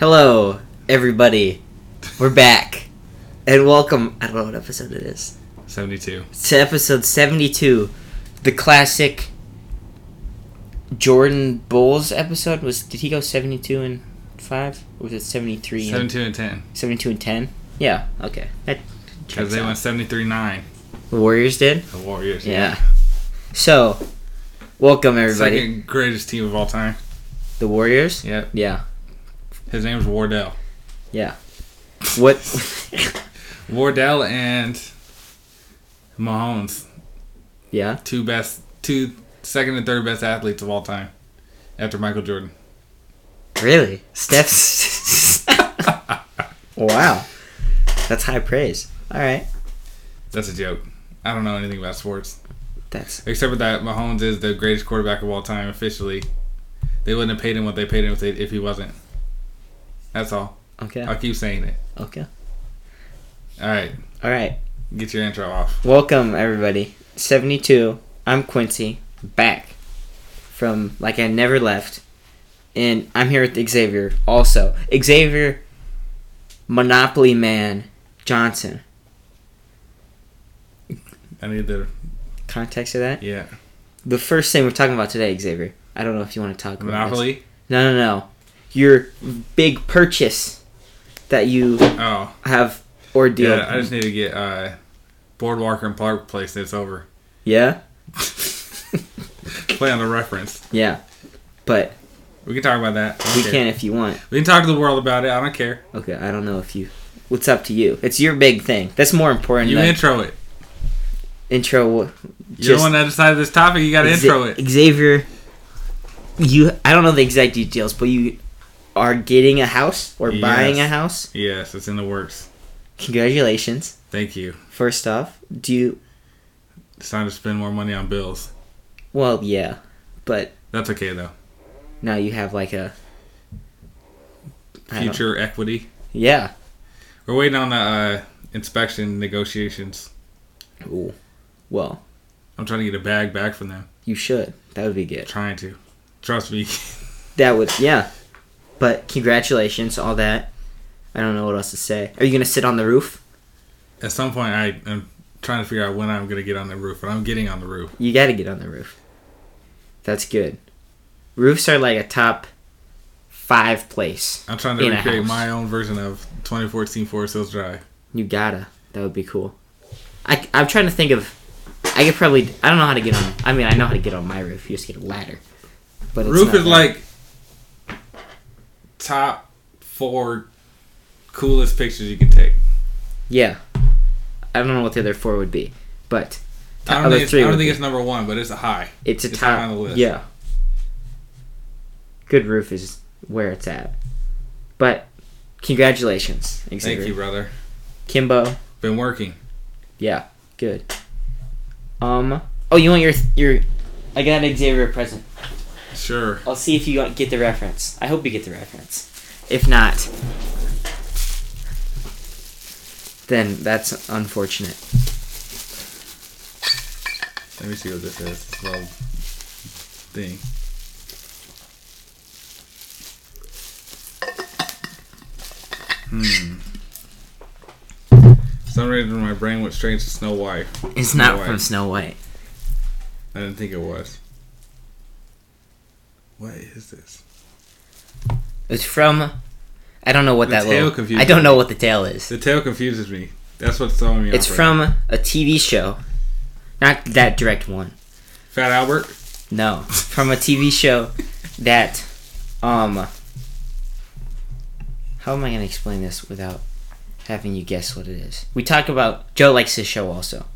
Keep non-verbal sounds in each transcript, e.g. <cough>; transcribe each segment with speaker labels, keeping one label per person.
Speaker 1: Hello, everybody. We're back. And welcome. I don't know what episode it is.
Speaker 2: 72.
Speaker 1: It's episode 72. The classic Jordan Bowles episode. Was Did he go 72 and 5? Or was it 73 and
Speaker 2: 72 and 10.
Speaker 1: 72 and 10? Yeah, okay. That
Speaker 2: Because
Speaker 1: checks
Speaker 2: they
Speaker 1: out.
Speaker 2: went 73 9.
Speaker 1: The Warriors did?
Speaker 2: The Warriors.
Speaker 1: Yeah. So, welcome, everybody.
Speaker 2: Second greatest team of all time.
Speaker 1: The Warriors?
Speaker 2: Yep.
Speaker 1: Yeah.
Speaker 2: His name was Wardell.
Speaker 1: Yeah. What? <laughs>
Speaker 2: Wardell and Mahomes.
Speaker 1: yeah.
Speaker 2: Two best, two second and third best athletes of all time. After Michael Jordan. <laughs>
Speaker 1: Really? Steph's.
Speaker 2: <laughs>
Speaker 1: wow. That's high praise. All right.
Speaker 2: That's a joke. I don't know anything about sports.
Speaker 1: That's
Speaker 2: Except for that Mahomes is the greatest quarterback of all time officially. They wouldn't have paid him what they paid him if, they, if he wasn't. That's all.
Speaker 1: okay.
Speaker 2: I'll keep saying it.
Speaker 1: Okay.
Speaker 2: All right.
Speaker 1: All right.
Speaker 2: Get your intro off.
Speaker 1: Welcome, everybody. 72. I'm Quincy, back from like I never left. And I'm here with Xavier also. Xavier Monopoly Man Johnson.
Speaker 2: I need the.
Speaker 1: Context of that?
Speaker 2: Yeah.
Speaker 1: The first thing we're talking about today, Xavier. I don't know if you want to talk about this.
Speaker 2: Monopoly?
Speaker 1: No, no, no. Your big purchase that you
Speaker 2: Oh.
Speaker 1: have ordeal.
Speaker 2: Yeah, I just need to get uh, Boardwalker and Park Place that's over. <laughs>
Speaker 1: yeah,
Speaker 2: Play on the reference.
Speaker 1: yeah. But
Speaker 2: We can talk about that. I don't
Speaker 1: we
Speaker 2: care.
Speaker 1: can if you want.
Speaker 2: We can talk to the world about it. I don't care.
Speaker 1: Okay, I don't know if you. What's up to you? It's your big thing. That's more important.
Speaker 2: You
Speaker 1: than
Speaker 2: intro it.
Speaker 1: intro.
Speaker 2: You're the
Speaker 1: Just-
Speaker 2: one that decided this topic. You got to
Speaker 1: Xa-
Speaker 2: intro it.
Speaker 1: Xavier. You. I don't know the exact details, but you are getting a house or
Speaker 2: Yes.
Speaker 1: buying a house.
Speaker 2: Yes, it's in the works.
Speaker 1: Congratulations.
Speaker 2: Thank you.
Speaker 1: First off, do you?
Speaker 2: It's time to spend more money on bills.
Speaker 1: Well, yeah, but
Speaker 2: That's okay though.
Speaker 1: now you have like a. I don't-
Speaker 2: Future equity.
Speaker 1: Yeah.
Speaker 2: We're waiting on the uh, inspection negotiations.
Speaker 1: Ooh. Well,
Speaker 2: I'm trying to get a bag back from them.
Speaker 1: you should. That would be good.
Speaker 2: Trying to. Trust me.
Speaker 1: That would, yeah. But congratulations, all that. I don't know what else to say. Are you gonna sit on the roof?
Speaker 2: At some point, I am trying to figure out when I'm going to get on the roof, and I'm getting on the roof.
Speaker 1: You gotta get on the roof. That's good. Roofs are like a top five place.
Speaker 2: I'm trying to
Speaker 1: In a
Speaker 2: recreate
Speaker 1: house.
Speaker 2: my own version of 2014 Forest Hills Drive.
Speaker 1: You gotta. That would be cool. I, I'm trying to think of. I could probably. I don't know how to get on. I mean, I know how to get on my roof. You just get a ladder. But it's
Speaker 2: Roof
Speaker 1: not
Speaker 2: is
Speaker 1: that-
Speaker 2: like top four coolest pictures you can take.
Speaker 1: Yeah. I don't know what the other four would be, but
Speaker 2: I
Speaker 1: Other
Speaker 2: don't think, it's,
Speaker 1: three
Speaker 2: I don't
Speaker 1: would
Speaker 2: think
Speaker 1: be.
Speaker 2: it's number one, but it's a high.
Speaker 1: It's a
Speaker 2: It's
Speaker 1: top.
Speaker 2: high on the list.
Speaker 1: Yeah. Good roof is where it's at. But congratulations,
Speaker 2: Thank
Speaker 1: Xavier.
Speaker 2: you, brother.
Speaker 1: Kimbo.
Speaker 2: Been working.
Speaker 1: Yeah, good. Um. Oh, you want your your? I got Xavier a present.
Speaker 2: Sure.
Speaker 1: I'll see if you got- get the reference. I hope you get the reference. If not, then that's unfortunate.
Speaker 2: Let me see what this is. This little thing. Hmm. For some reason, Hmm. my brain went straight to Snow White.
Speaker 1: It's not
Speaker 2: White.
Speaker 1: from Snow White.
Speaker 2: I didn't think it was. What is this?
Speaker 1: It's from. I don't know what
Speaker 2: The
Speaker 1: that
Speaker 2: tail
Speaker 1: little.
Speaker 2: confused
Speaker 1: I don't
Speaker 2: me.
Speaker 1: know what the tail is.
Speaker 2: The tail confuses me. That's what's throwing me
Speaker 1: It's
Speaker 2: off.
Speaker 1: from a TV show. Not that direct one.
Speaker 2: Fat Albert.
Speaker 1: No. From a TV show that um How am I going to explain this without having you guess what it is? We talk about Joe likes this show also.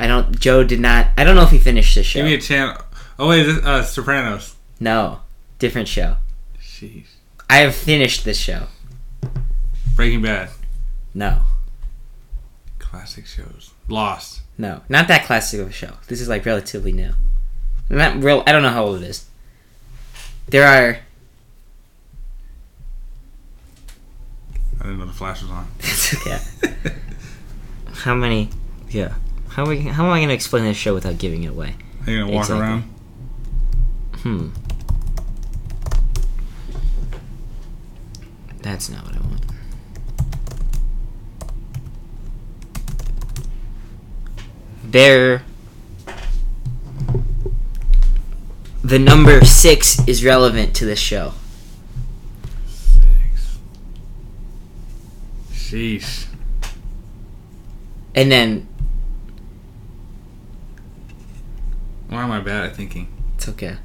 Speaker 1: I don't. Joe did not. I don't know if he finished this show.
Speaker 2: Give me a channel. Oh wait, this, uh, Sopranos.
Speaker 1: no, different show.
Speaker 2: Jeez.
Speaker 1: I have finished this show.
Speaker 2: Breaking Bad.
Speaker 1: No,
Speaker 2: Classic shows. Lost.
Speaker 1: no, not that classic of a show. This is like relatively new. Not real. I don't know how old it is. There are <laughs>
Speaker 2: I didn't know the flash was on. <laughs>
Speaker 1: That's okay. <laughs> how many? Yeah. How we? How am I gonna explain this show without giving it away?
Speaker 2: Are you gonna walk
Speaker 1: Hmm. Exactly.
Speaker 2: around?
Speaker 1: Hmm. That's not what I want. There. The number six is relevant to this show.
Speaker 2: Six. Sheesh.
Speaker 1: And then.
Speaker 2: Why am I bad at thinking?
Speaker 1: It's okay.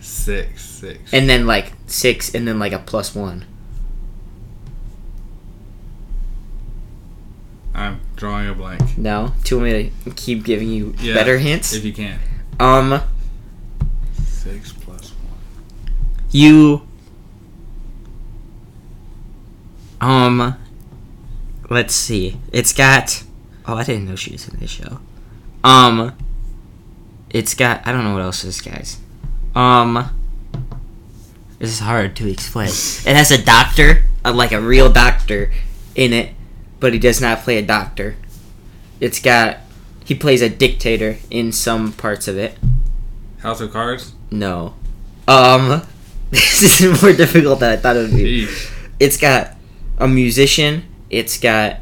Speaker 2: Six, six.
Speaker 1: And then, like, six, and then, like, a plus one.
Speaker 2: I'm drawing a blank.
Speaker 1: No? Do you want me to keep giving you
Speaker 2: Yeah,
Speaker 1: better hints?
Speaker 2: If you can.
Speaker 1: Um,
Speaker 2: Six plus one.
Speaker 1: you. Um, let's see. It's got. Oh, I didn't know she was in this show. Um, it's got. I don't know what else this guy's. Um, this is hard to explain. It has a doctor, uh, like a real doctor, in it, but he does not play a doctor. It's got. He plays a dictator in some parts of it.
Speaker 2: House of Cards?
Speaker 1: No. Um, <laughs> this is more difficult than I thought it would be.
Speaker 2: Sheesh.
Speaker 1: It's got a musician. It's got.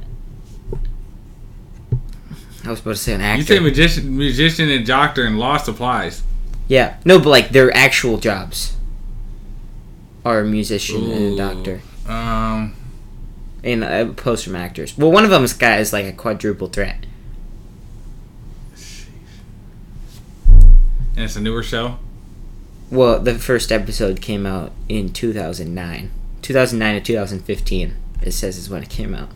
Speaker 1: I was about to say an
Speaker 2: You say
Speaker 1: actor.
Speaker 2: magician, musician and doctor and lost applies.
Speaker 1: yeah, no, but like their actual jobs are a musician and a
Speaker 2: Ooh.
Speaker 1: doctor,
Speaker 2: Um,
Speaker 1: and uh, post from actors. Well, one of them's guy is like a quadruple threat.
Speaker 2: and it's a newer show.
Speaker 1: Well, the first episode came out in two thousand nine, two thousand nine to two thousand fifteen. It says is when it came out.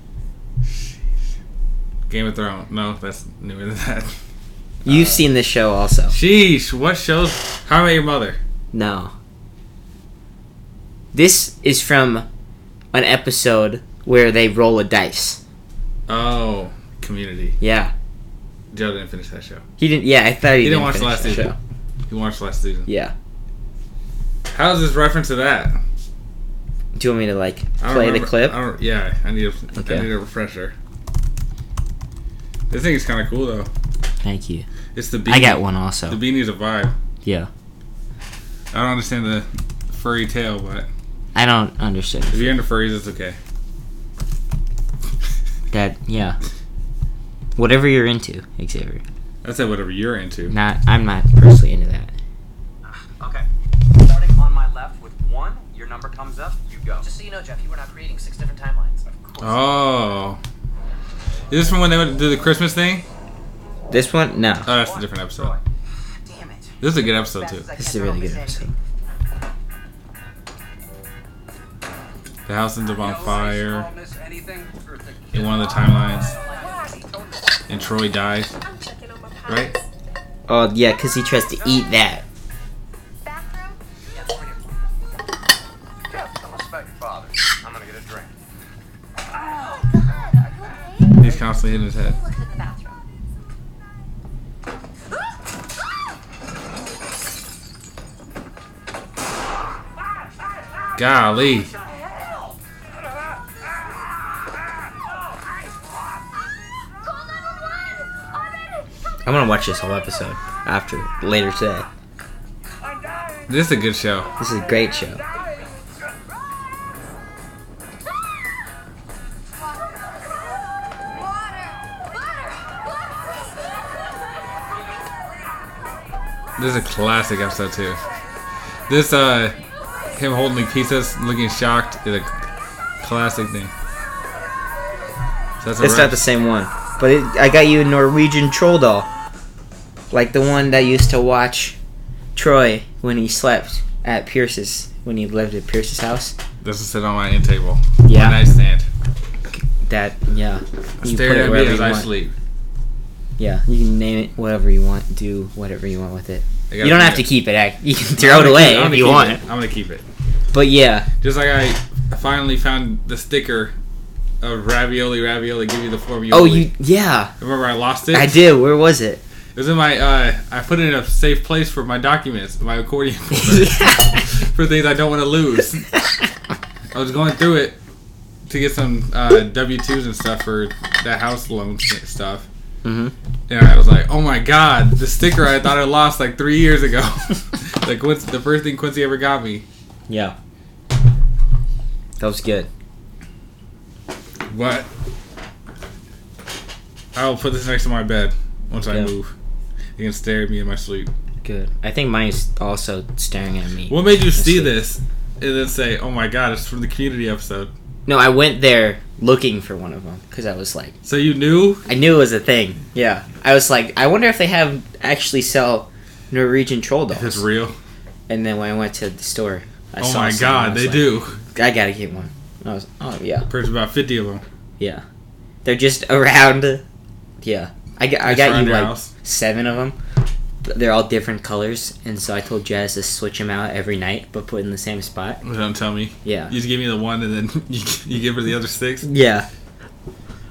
Speaker 2: Game of Thrones. No, that's newer than that. <laughs> Uh.
Speaker 1: You've seen this show also.
Speaker 2: Sheesh. What shows? How I Met Your Mother.
Speaker 1: No. This is from an episode where they roll a dice.
Speaker 2: Oh, Community.
Speaker 1: Yeah.
Speaker 2: Joe didn't finish that show.
Speaker 1: He didn't. Yeah, I thought he,
Speaker 2: He
Speaker 1: didn't
Speaker 2: didn't watch the
Speaker 1: finish
Speaker 2: last
Speaker 1: the
Speaker 2: season.
Speaker 1: show.
Speaker 2: He watched last season.
Speaker 1: Yeah.
Speaker 2: How is this reference to that?
Speaker 1: Do you want me to like
Speaker 2: I don't
Speaker 1: play the
Speaker 2: remember-
Speaker 1: clip?
Speaker 2: I don't, yeah, I need a, I
Speaker 1: Okay.
Speaker 2: need a refresher. This thing is kind of cool though.
Speaker 1: Thank you.
Speaker 2: It's the beanie.
Speaker 1: I got one
Speaker 2: The
Speaker 1: also.
Speaker 2: beanie's a vibe.
Speaker 1: Yeah.
Speaker 2: I don't understand the furry tail, but
Speaker 1: I don't understand
Speaker 2: if you're into furries, it's okay.
Speaker 1: that. Yeah. Whatever you're into, Xavier.
Speaker 2: I said whatever you're into.
Speaker 1: Not. I'm not personally into that.
Speaker 3: Okay. Starting on my left with one, your number comes up, you go.
Speaker 4: Just so you know, Jeff, you were not creating six different timelines. Of course.
Speaker 2: Oh, is this from when they would do the Christmas thing?
Speaker 1: This one, no.
Speaker 2: Oh, that's a different episode.
Speaker 4: Damn it.
Speaker 2: This is a good episode too.
Speaker 1: This is a really good episode.
Speaker 2: The house ends up on
Speaker 3: I'll
Speaker 2: fire
Speaker 3: miss anything. Perfect.
Speaker 2: in one of the timelines, and Troy dies.
Speaker 5: I'm checking on my pies.
Speaker 2: Right?
Speaker 1: Oh yeah, cause he tries to eat that.
Speaker 5: Bathroom?
Speaker 3: Jeff, don't respect your father. I'm gonna get a drink.
Speaker 5: God, are you okay?
Speaker 2: He's constantly hitting his head.
Speaker 5: Look at the bathroom.
Speaker 2: Golly.
Speaker 5: Call 911! Already! Help me!
Speaker 1: I'm gonna watch this whole episode after later today.
Speaker 2: This is a good show.
Speaker 1: This is a great show.
Speaker 2: This is a classic episode too. This uh him holding the pizzas, looking shocked is a classic thing. So that's a
Speaker 1: It's
Speaker 2: wrap.
Speaker 1: not the same one, but it, I got you a Norwegian troll doll, like the one that used to watch Troy when he slept at Pierce's when he lived at Pierce's house.
Speaker 2: This is sit on my end table.
Speaker 1: Yeah.
Speaker 2: My nightstand.
Speaker 1: That yeah,
Speaker 2: I stare at me
Speaker 1: wherever
Speaker 2: as I
Speaker 1: want.
Speaker 2: sleep.
Speaker 1: Yeah, you can name it whatever you want, do whatever you want with it.
Speaker 2: I
Speaker 1: You
Speaker 2: gotta
Speaker 1: don't
Speaker 2: do
Speaker 1: have to
Speaker 2: it.
Speaker 1: keep it. ac- You can
Speaker 2: I'm
Speaker 1: throw it
Speaker 2: gonna
Speaker 1: away
Speaker 2: keep I'm
Speaker 1: if
Speaker 2: gonna
Speaker 1: you
Speaker 2: keep
Speaker 1: want.
Speaker 2: it. I'm gonna keep it.
Speaker 1: But yeah,
Speaker 2: Just like I finally found the sticker of ravioli, ravioli, give you the form you
Speaker 1: oh you yeah,
Speaker 2: remember I lost it?
Speaker 1: I did. Where was it?
Speaker 2: It was in my uh I put it in a safe place for my documents, my
Speaker 1: <laughs>
Speaker 2: accordion <laughs> folder. for things I don't want to lose. I was going through it to get some uh, W twos and stuff for that house loan s- stuff,
Speaker 1: hmm
Speaker 2: and I was like, "Oh my god, the sticker I thought I lost like three years ago." <laughs> like Quincy, the first thing Quincy ever got me.
Speaker 1: Yeah. That was good.
Speaker 2: What? I'll put this next to my bed once I
Speaker 1: Yeah.
Speaker 2: move. You can stare at me in my sleep.
Speaker 1: Good. I think mine's also staring at me.
Speaker 2: What made you see
Speaker 1: Asleep.
Speaker 2: this and then say, "Oh my God, it's from the community episode"?
Speaker 1: No, I went there looking for one of them because I was like,
Speaker 2: So you knew?
Speaker 1: I knew it was a thing. Yeah. I was like, I wonder if they have actually sell Norwegian troll dolls.
Speaker 2: It's real.
Speaker 1: and then when I went to the store, I
Speaker 2: oh
Speaker 1: saw some,
Speaker 2: my
Speaker 1: and
Speaker 2: God,
Speaker 1: I was
Speaker 2: they
Speaker 1: like,
Speaker 2: do.
Speaker 1: I gotta get one. And I was, oh yeah,
Speaker 2: Purchased about fifty of them.
Speaker 1: yeah. They're just <laughs> around. Yeah, I got, I
Speaker 2: Just
Speaker 1: got
Speaker 2: around
Speaker 1: you
Speaker 2: your
Speaker 1: like
Speaker 2: house.
Speaker 1: seven of them. They're all different colors, and so I told Jazz to switch them out every night, but put in the same spot.
Speaker 2: Don't tell me.
Speaker 1: Yeah,
Speaker 2: You just give me the one and then <laughs> you, you give her the other six.
Speaker 1: yeah,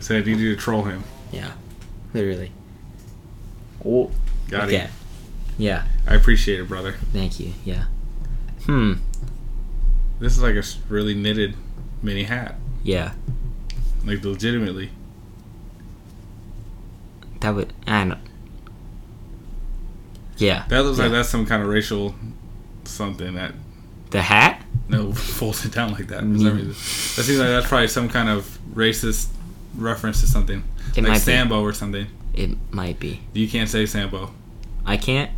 Speaker 2: So I need you to troll him.
Speaker 1: yeah. Literally. Oh,
Speaker 2: Got
Speaker 1: okay.
Speaker 2: it.
Speaker 1: Yeah.
Speaker 2: I appreciate it, brother.
Speaker 1: Thank you. Yeah. Hmm.
Speaker 2: This is like a s- really knitted mini hat.
Speaker 1: Yeah.
Speaker 2: Like legitimately.
Speaker 1: That would. I don't. Yeah.
Speaker 2: That looks like
Speaker 1: Yeah.
Speaker 2: that's some kind of racial something that
Speaker 1: The hat.
Speaker 2: no <laughs> folds it down like that. For
Speaker 1: Mm.
Speaker 2: some reason. That seems like that's probably some kind of racist reference to something.
Speaker 1: It
Speaker 2: like
Speaker 1: might
Speaker 2: Sambo or something.
Speaker 1: be. It might be.
Speaker 2: You can't say Sambo
Speaker 1: I can't.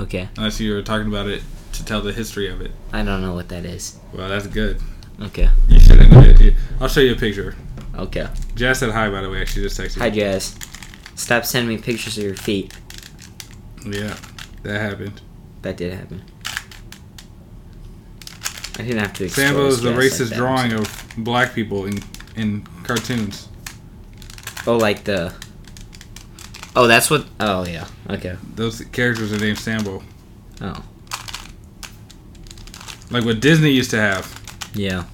Speaker 1: Okay.
Speaker 2: unless you were talking about it to tell the history of it.
Speaker 1: I don't know what that is.
Speaker 2: Well, that's good.
Speaker 1: Okay.
Speaker 2: You should have known it. I'll show you a picture.
Speaker 1: Okay.
Speaker 2: Jazz said hi, by the way. She just texted
Speaker 1: Hi, Jazz. Stop sending me pictures of your feet.
Speaker 2: Yeah, that happened.
Speaker 1: That did happen. I didn't have to. expose
Speaker 2: Sambo is the
Speaker 1: Jazz like
Speaker 2: racist
Speaker 1: that.
Speaker 2: drawing of black people in in cartoons.
Speaker 1: Oh, like the. Oh, that's what. Oh yeah. Okay.
Speaker 2: Those characters are named Sambo,
Speaker 1: Oh
Speaker 2: like what Disney used to have.
Speaker 1: yeah.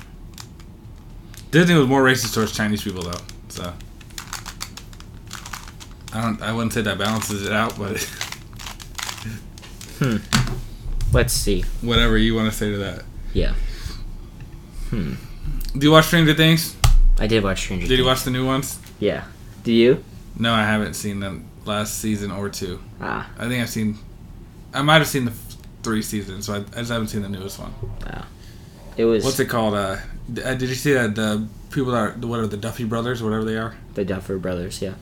Speaker 2: Disney was more racist towards Chinese people though, so I don't. I wouldn't say that balances it out, but <laughs>
Speaker 1: Let's see.
Speaker 2: whatever you want to say to that.
Speaker 1: Yeah.
Speaker 2: Do you watch Stranger Things?
Speaker 1: I did watch Stranger.
Speaker 2: Did you
Speaker 1: Things.
Speaker 2: watch the new ones?
Speaker 1: Yeah. Do you?
Speaker 2: No, I haven't seen them last season or two.
Speaker 1: Ah.
Speaker 2: I think I've seen. I might have seen the f- three seasons, so I, I just haven't seen the newest one.
Speaker 1: It was
Speaker 2: What's it called? Uh, d- uh, did you see that the people that are the- what are the Duffy brothers, or whatever they are?
Speaker 1: the Duffer Brothers. Yeah.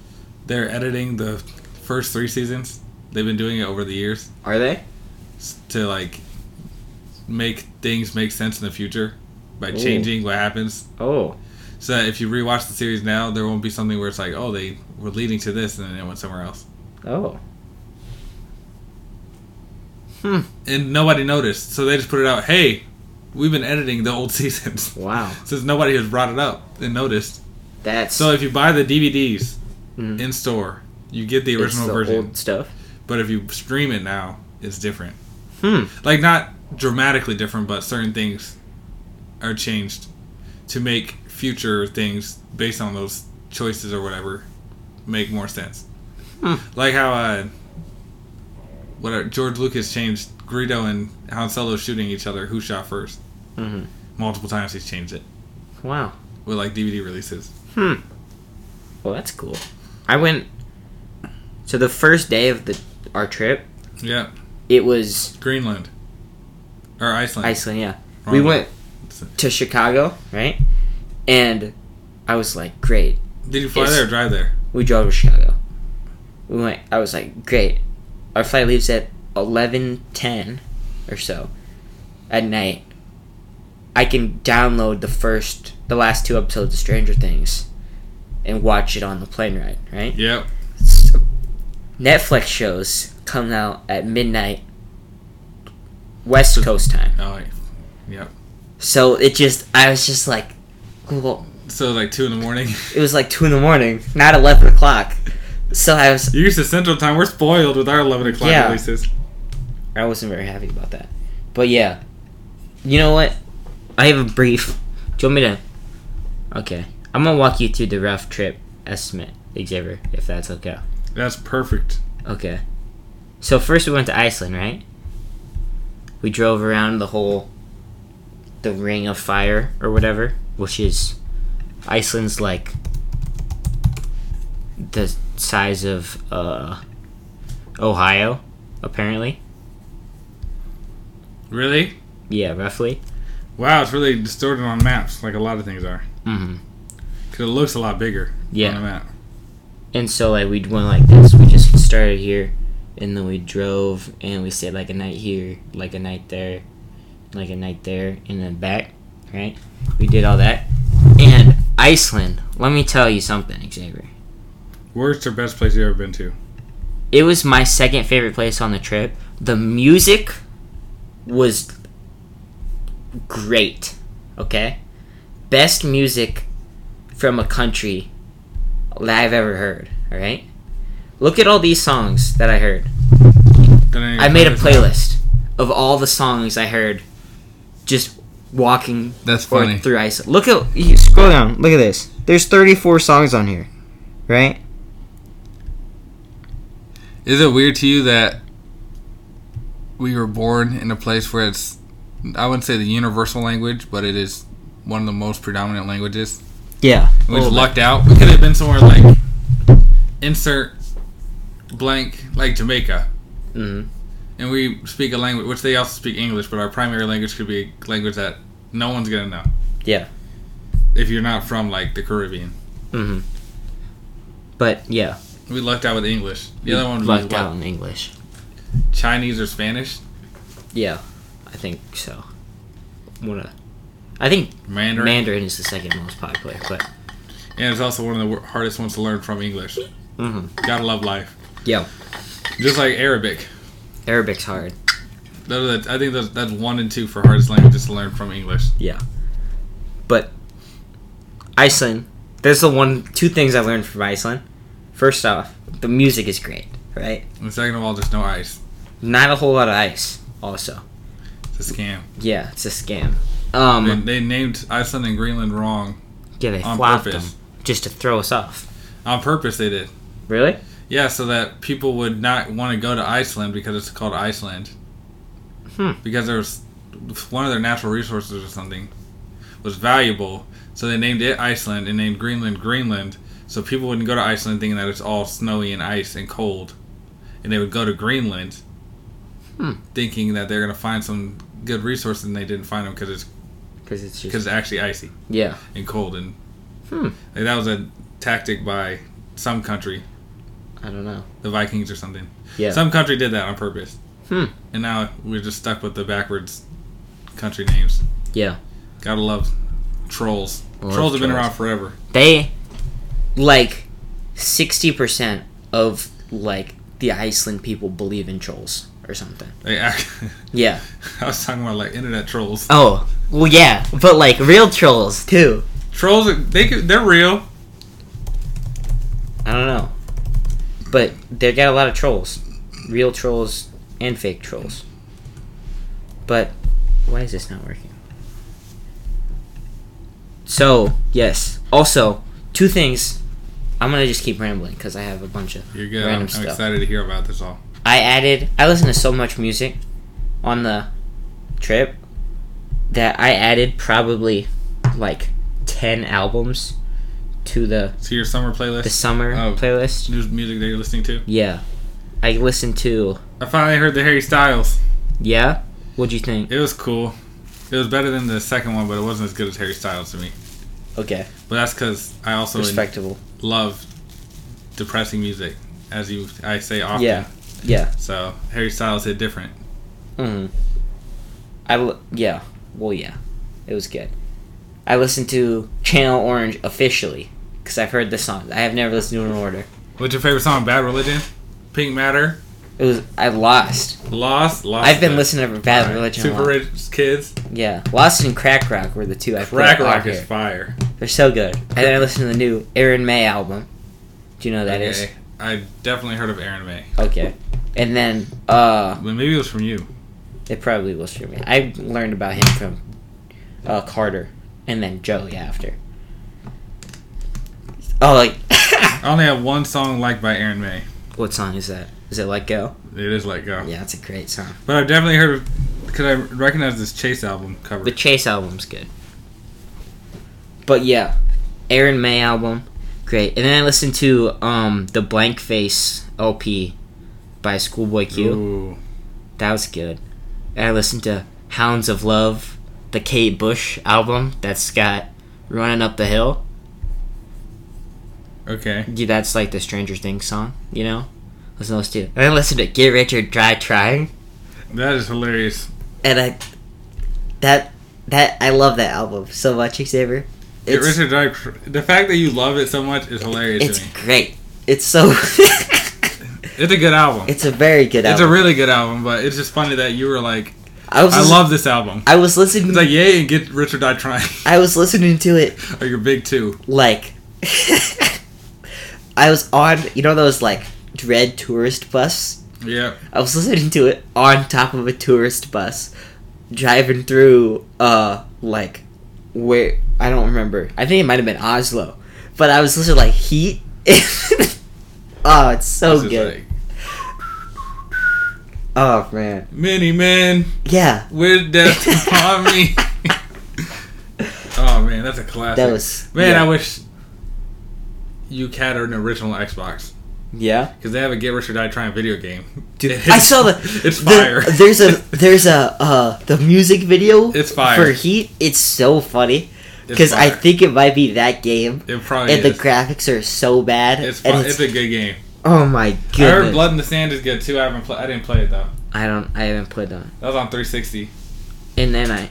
Speaker 2: They're editing the first three seasons. They've been doing it over the years
Speaker 1: Are they?
Speaker 2: s- to like make things make sense in the future by
Speaker 1: Ooh.
Speaker 2: changing what happens.
Speaker 1: Oh.
Speaker 2: So that if you rewatch the series now, there won't be something where it's like, oh, they were leading to this and then it went somewhere else,
Speaker 1: Oh.
Speaker 2: and nobody noticed. So they just put it out. Hey, we've been editing the old <laughs> seasons.
Speaker 1: Wow.
Speaker 2: Since nobody has brought it up and noticed.
Speaker 1: That's
Speaker 2: So if you buy the DVDs
Speaker 1: Mhm.
Speaker 2: in store, you get the
Speaker 1: it's
Speaker 2: original
Speaker 1: the
Speaker 2: version.
Speaker 1: old stuff.
Speaker 2: But if you stream it now, it's different.
Speaker 1: Hmm.
Speaker 2: Like not dramatically different, but certain things are changed to make future things based on those choices or whatever make more sense.
Speaker 1: Hmm.
Speaker 2: Like how uh what are, George Lucas changed Greedo and Han Solo shooting each other who shot 1st
Speaker 1: Mhm.
Speaker 2: Multiple times he's changed it
Speaker 1: Wow. Hmm.
Speaker 2: with like DVD releases.
Speaker 1: Well, that's cool. I went. So the first day of the our trip,
Speaker 2: Yeah,
Speaker 1: it was
Speaker 2: Greenland or Iceland.
Speaker 1: Iceland. Yeah,
Speaker 2: Wrong
Speaker 1: we
Speaker 2: one.
Speaker 1: went to Chicago, right? And I was like, great.
Speaker 2: Did you fly
Speaker 1: Yes.
Speaker 2: there or drive there?
Speaker 1: We drove to Chicago. We went. I was like, great. Our flight leaves at eleven ten, or so, at night. I can download the first, the last two episodes of Stranger Things, and watch it on the plane ride. Right.
Speaker 2: Yep.
Speaker 1: Netflix shows come out at midnight West Coast time.
Speaker 2: Oh, I- yep.
Speaker 1: So it just, I was just like, well,
Speaker 2: So like two in the morning. <laughs>
Speaker 1: it was like two in the morning, not eleven o'clock. So I was,
Speaker 2: You're used to Central Time. We're spoiled with our eleven o'clock
Speaker 1: Yeah.
Speaker 2: releases.
Speaker 1: I wasn't very happy about that. But yeah, you know what? I have a brief. Do you want me to? Okay, I'm gonna walk you through the rough trip estimate, Xavier, if that's okay.
Speaker 2: That's perfect.
Speaker 1: Okay. So first we went to Iceland, right? We drove around the whole the ring of fire or whatever, which is Iceland's like the size of uh Ohio, apparently.
Speaker 2: Really?
Speaker 1: Yeah, roughly.
Speaker 2: Wow, it's really distorted on maps, like a lot of things are.
Speaker 1: Mm-hmm.
Speaker 2: Because it looks a lot bigger
Speaker 1: Yeah.
Speaker 2: on the map.
Speaker 1: And so like we went like this. We just started here, and then we drove, and we stayed like a night here, like a night there, like a night there, and then back. Right? We did all that. And Iceland. Let me tell you something, Xavier.
Speaker 2: Worst or best place you've ever been to?
Speaker 1: It was my second favorite place on the trip. The music was great. Okay, best music from a country that I've ever heard. All right. Look at all these songs that I heard.
Speaker 2: Done any
Speaker 1: I made a
Speaker 2: tours?
Speaker 1: playlist of all the songs I heard just walking
Speaker 2: That's
Speaker 1: or
Speaker 2: funny.
Speaker 1: through Iceland. Look at you scroll down. Look at this. There's 34 songs on here, right?
Speaker 2: Is it weird to you that we were born in a place where it's, I wouldn't say the universal language, but it is one of the most predominant languages?
Speaker 1: Yeah.
Speaker 2: We just
Speaker 1: Oh,
Speaker 2: lucked out. We could have been somewhere like insert blank, like Jamaica,
Speaker 1: mhm.
Speaker 2: and we speak a language which they also speak English, but our primary language could be a language that no one's gonna know
Speaker 1: Yeah.
Speaker 2: if you're not from like the Caribbean.
Speaker 1: Mhm. But yeah,
Speaker 2: We lucked out with English. The
Speaker 1: we
Speaker 2: other one was
Speaker 1: lucked
Speaker 2: what,
Speaker 1: out in English.
Speaker 2: Chinese or Spanish,
Speaker 1: Yeah, I think so. One of, I think
Speaker 2: Mandarin,
Speaker 1: Mandarin is the second most popular, but
Speaker 2: and it's also one of the wor- hardest ones to learn from English.
Speaker 1: mhm.
Speaker 2: Gotta love life,
Speaker 1: yeah,
Speaker 2: just like Arabic.
Speaker 1: Arabic's hard.
Speaker 2: Those are the, I think those, that's one and two for hardest languages to learn from English.
Speaker 1: Yeah. But Iceland, there's the one two things I learned from Iceland. First off, the music is great, right?
Speaker 2: And second of all, there's no ice.
Speaker 1: Not a whole lot of ice also.
Speaker 2: It's a scam.
Speaker 1: Yeah, it's a scam. Um
Speaker 2: They, they named Iceland and Greenland wrong
Speaker 1: yeah, they
Speaker 2: on
Speaker 1: flopped
Speaker 2: purpose.
Speaker 1: them just to throw us off.
Speaker 2: on purpose. They did,
Speaker 1: Really?
Speaker 2: yeah, so that people would not want to go to Iceland because it's called Iceland.
Speaker 1: Hmm.
Speaker 2: Because there was one of their natural resources or something was valuable, so they named it Iceland and named Greenland Greenland, so people wouldn't go to Iceland thinking that it's all snowy and ice and cold, and they would go to Greenland,
Speaker 1: Hmm.
Speaker 2: thinking that they're gonna find some good resources and they didn't find them because it's
Speaker 1: Because it's just
Speaker 2: because it's actually icy
Speaker 1: yeah.
Speaker 2: and cold and
Speaker 1: Hmm.
Speaker 2: like, that was a tactic by some country,
Speaker 1: I don't know.
Speaker 2: the Vikings or something.
Speaker 1: Yeah.
Speaker 2: Some country did that on purpose.
Speaker 1: Hmm.
Speaker 2: And now we're just stuck with the backwards country names.
Speaker 1: Yeah.
Speaker 2: Gotta love trolls.
Speaker 1: Love
Speaker 2: trolls have been
Speaker 1: trolls.
Speaker 2: around forever.
Speaker 1: They like 60% of like the Iceland people believe in trolls or something.
Speaker 2: Like, I,
Speaker 1: Yeah.
Speaker 2: <laughs> I was talking about like internet trolls.
Speaker 1: Oh, well, yeah, but like real trolls too.
Speaker 2: Trolls, are- they could- they're real.
Speaker 1: I don't know, but they got a lot of trolls, real trolls and fake trolls. But why is this not working? So yes, also two things. I'm gonna just keep rambling because I have a bunch of
Speaker 2: You're good.
Speaker 1: random
Speaker 2: I'm, I'm
Speaker 1: stuff.
Speaker 2: excited to hear about this all.
Speaker 1: I added. I listened to so much music on the trip that I added probably like ten albums to the
Speaker 2: So your summer
Speaker 1: the
Speaker 2: playlist,
Speaker 1: summer
Speaker 2: Oh.
Speaker 1: playlist.
Speaker 2: new music that you're listening to.
Speaker 1: Yeah, I listened to.
Speaker 2: I finally heard the Harry Styles.
Speaker 1: Yeah, what'd you think?
Speaker 2: It was cool. It was better than the second one, but it wasn't as good as Harry Styles to me.
Speaker 1: Okay,
Speaker 2: But that's because I also
Speaker 1: respectable.
Speaker 2: love depressing music, as you I say often.
Speaker 1: Yeah, yeah.
Speaker 2: So Harry Styles hit different.
Speaker 1: Mm-hmm. I li- yeah. Well, yeah, it was good. I listened to Channel Orange officially because I've heard the song. I have never listened to it in order.
Speaker 2: What's your favorite song? Bad Religion, Pink Matter,
Speaker 1: It was I lost.
Speaker 2: Lost, Lost.
Speaker 1: I've been
Speaker 2: It.
Speaker 1: listening to Bad Religion. a
Speaker 2: Super
Speaker 1: lot.
Speaker 2: Rich Kids,
Speaker 1: Yeah, Lost and Crack Rock were the two I put
Speaker 2: Crack
Speaker 1: on
Speaker 2: Rock
Speaker 1: here.
Speaker 2: is fire.
Speaker 1: They're so good. And then I listened to the new Aaron May album. Do you know who that
Speaker 2: okay.
Speaker 1: is?
Speaker 2: I definitely heard of Aaron May,
Speaker 1: Okay. And then uh,
Speaker 2: but maybe it was from you.
Speaker 1: it probably was for me. I learned about him from uh, Carter and then Joey after. Oh, like <laughs>
Speaker 2: I only have one song liked by Aaron May.
Speaker 1: what song is that? Is it Let Go?
Speaker 2: It is Let Go.
Speaker 1: Yeah, it's a great song.
Speaker 2: But I've definitely heard of because I recognize this Chase album cover.
Speaker 1: The Chase album's good. But yeah, Aaron May album, great. And then I listened to um the Blank Face LP by Schoolboy Q.
Speaker 2: Ooh.
Speaker 1: That was good. And I listened to Hounds of Love the Kate Bush album that's got "Running Up the Hill."
Speaker 2: Okay.
Speaker 1: Yeah, that's like the Stranger Things song, you know. Listen to those two. And I listened to "Get Rich or Die Trying,"
Speaker 2: That is hilarious.
Speaker 1: and I that that I love that album so much, Xavier.
Speaker 2: Get
Speaker 1: It's-
Speaker 2: Rich or Die Tr- The fact that you love it so much is hilarious
Speaker 1: It's
Speaker 2: to me.
Speaker 1: great. It's so. <laughs>
Speaker 2: It's a good album.
Speaker 1: it's
Speaker 2: It's,
Speaker 1: a very good
Speaker 2: a
Speaker 1: album.
Speaker 2: really good album, but it's just funny that you were like,
Speaker 1: I was.
Speaker 2: I
Speaker 1: listen-
Speaker 2: love this album.
Speaker 1: I was listening.
Speaker 2: It's like, yay, and Get Rich or Die Trying <laughs>
Speaker 1: I was listening to it
Speaker 2: are your big two.
Speaker 1: like. <laughs> I was on you know those like dread tourist bus.
Speaker 2: Yeah.
Speaker 1: I was listening to it on top of a tourist bus, driving through uh like where I don't remember. I think it might have been Oslo, but I was listening to, like Heat. <laughs> oh, it's so
Speaker 2: This is
Speaker 1: good.
Speaker 2: like,
Speaker 1: oh man,
Speaker 2: Many men
Speaker 1: yeah,
Speaker 2: with
Speaker 1: <laughs>
Speaker 2: death upon me. oh man, that's a classic.
Speaker 1: that was
Speaker 2: man,
Speaker 1: yeah.
Speaker 2: I wish you had an original Xbox
Speaker 1: yeah.
Speaker 2: because they have a Get Rich or Die Trying video game.
Speaker 1: Dude,
Speaker 2: It
Speaker 1: I
Speaker 2: is-
Speaker 1: saw the.
Speaker 2: <laughs> It's
Speaker 1: the-
Speaker 2: fire.
Speaker 1: there's a there's a uh the music video.
Speaker 2: It's fire.
Speaker 1: for Heat. It's so funny
Speaker 2: <laughs> It's
Speaker 1: because I
Speaker 2: fire.
Speaker 1: think it might be that game,
Speaker 2: it probably
Speaker 1: and the
Speaker 2: is.
Speaker 1: graphics are so bad.
Speaker 2: it's, fun.
Speaker 1: and
Speaker 2: It's, a good game.
Speaker 1: oh my goodness.
Speaker 2: I heard Blood in the Sand is good too. I haven't played. I didn't play it though.
Speaker 1: I don't. I haven't played on.
Speaker 2: That was on 360.
Speaker 1: And then I,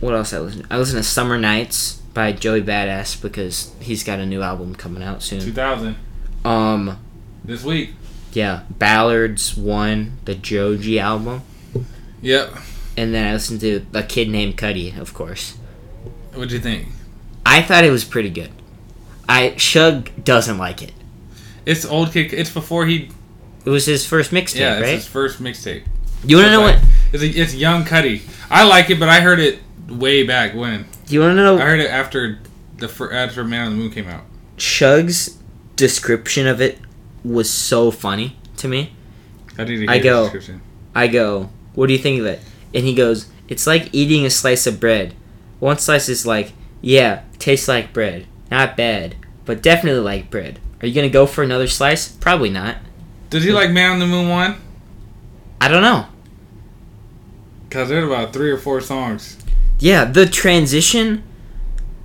Speaker 1: what else I listen? I listen to Summer Nights by Joey Badass because he's got a new album coming out soon.
Speaker 2: 2000
Speaker 1: Um,
Speaker 2: this week.
Speaker 1: yeah, Ballard's one, the Joji album,
Speaker 2: Yep.
Speaker 1: and then I listened to a kid named Cuddy, of course.
Speaker 2: What'd you think?
Speaker 1: I thought it was pretty good. I Shug doesn't like it.
Speaker 2: It's old kid. It's before he.
Speaker 1: It was his first mixtape,
Speaker 2: Yeah, it's
Speaker 1: right?
Speaker 2: his first mixtape.
Speaker 1: you wanna know what?
Speaker 2: It's, a, it's Young Cuddy. I like it, but I heard it way back when.
Speaker 1: You wanna
Speaker 2: I
Speaker 1: know
Speaker 2: heard it after the fir- after Man on the Moon came out.
Speaker 1: Shug's description of it was so funny to me.
Speaker 2: I need to hear
Speaker 1: I
Speaker 2: the
Speaker 1: go.
Speaker 2: description.
Speaker 1: I go, "What do you think of it?" And he goes, "It's like eating a slice of bread. One slice is like, yeah, tastes like bread. Not bad, but definitely like bread. Are you gonna go for another slice? Probably not.
Speaker 2: Does he like Man on the Moon one?
Speaker 1: I don't know.
Speaker 2: Cause there's about three or four songs.
Speaker 1: Yeah, the transition,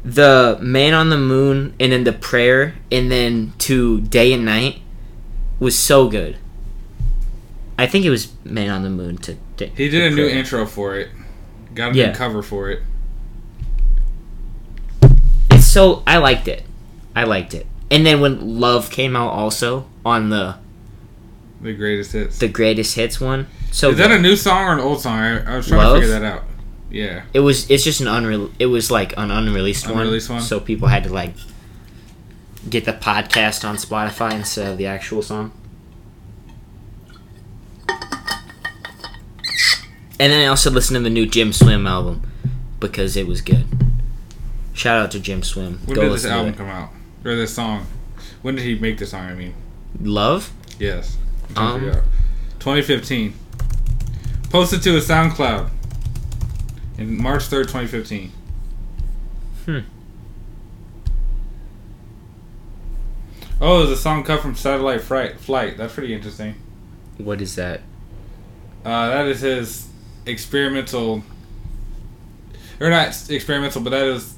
Speaker 1: the man on the moon, and then the prayer, and then to day and night was so good. I think it was man on the moon to. Day,
Speaker 2: He
Speaker 1: to
Speaker 2: did a new
Speaker 1: prayer.
Speaker 2: intro for it. Got a
Speaker 1: Yeah.
Speaker 2: new cover for it.
Speaker 1: It's so I liked it. I liked it. And then when Love came out also on the
Speaker 2: The greatest hits.
Speaker 1: the greatest hits one, so
Speaker 2: Is that
Speaker 1: good.
Speaker 2: a new song or an old song? I, I was trying
Speaker 1: Love?
Speaker 2: to figure that out. Yeah.
Speaker 1: it was it's just an unre it was like an unreleased,
Speaker 2: Unreleased
Speaker 1: one,
Speaker 2: one?
Speaker 1: So people had to like get the podcast on Spotify instead of the actual song. And then I also listened to the new Jim Swim album because it was good. Shout out to Jim Swim.
Speaker 2: When
Speaker 1: Go
Speaker 2: did this
Speaker 1: listen to
Speaker 2: album
Speaker 1: it.
Speaker 2: come out? Or this song? When did he make this song? I mean,
Speaker 1: Love?
Speaker 2: yes. I'm trying to
Speaker 1: Um,
Speaker 2: figure out. 2015. Posted to his SoundCloud in March 3rd, 2015.
Speaker 1: Hmm.
Speaker 2: Oh, there's a song cut from Satellite Fright, Flight. That's pretty interesting.
Speaker 1: What is that?
Speaker 2: Uh, that is his experimental, or not s- experimental, but that is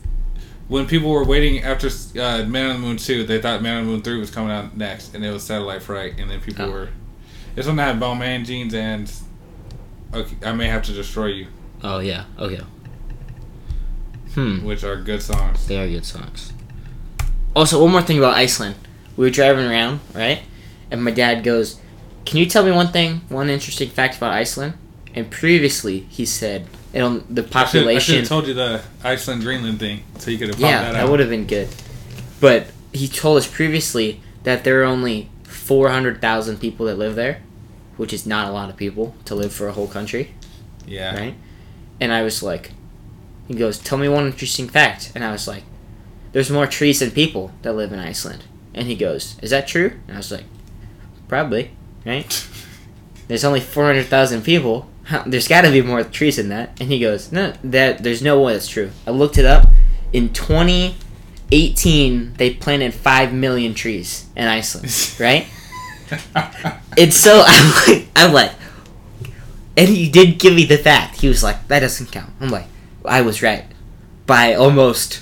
Speaker 2: when people were waiting after uh, Man on the Moon two. They thought Man on the Moon three was coming out next, and it was Satellite Fright, and then people
Speaker 1: Oh.
Speaker 2: were. It's one that had Bone Man jeans and. Okay, I may have to destroy you,
Speaker 1: Oh yeah. Okay. Hmm.
Speaker 2: which are good songs.
Speaker 1: They are good songs. Also, one more thing about Iceland. We were driving around, right? And my dad goes, "Can you tell me one thing, one interesting fact about Iceland?" And previously, he said, "And the
Speaker 2: I should, I should
Speaker 1: population."
Speaker 2: have told you the Iceland Greenland thing, so you could have popped
Speaker 1: yeah,
Speaker 2: that
Speaker 1: that,
Speaker 2: out.
Speaker 1: would have been good. But he told us previously that there are only four hundred thousand people that live there, which is not a lot of people to live for a whole country.
Speaker 2: yeah,
Speaker 1: right? And I was like, he goes, tell me one interesting fact. And I was like, there's more trees than people that live in Iceland. And he goes, is that true? And I was like, probably, right? there's only 400,000 people. <laughs> Huh, There's got to be more trees than that. And he goes, no, that there's no way that's true. I looked it up. In 2018, they planted 5 million trees in Iceland, right? It's so <laughs> I'm like, I'm like, and he did give me the fact. He was like, that doesn't count. I'm like, I was right by almost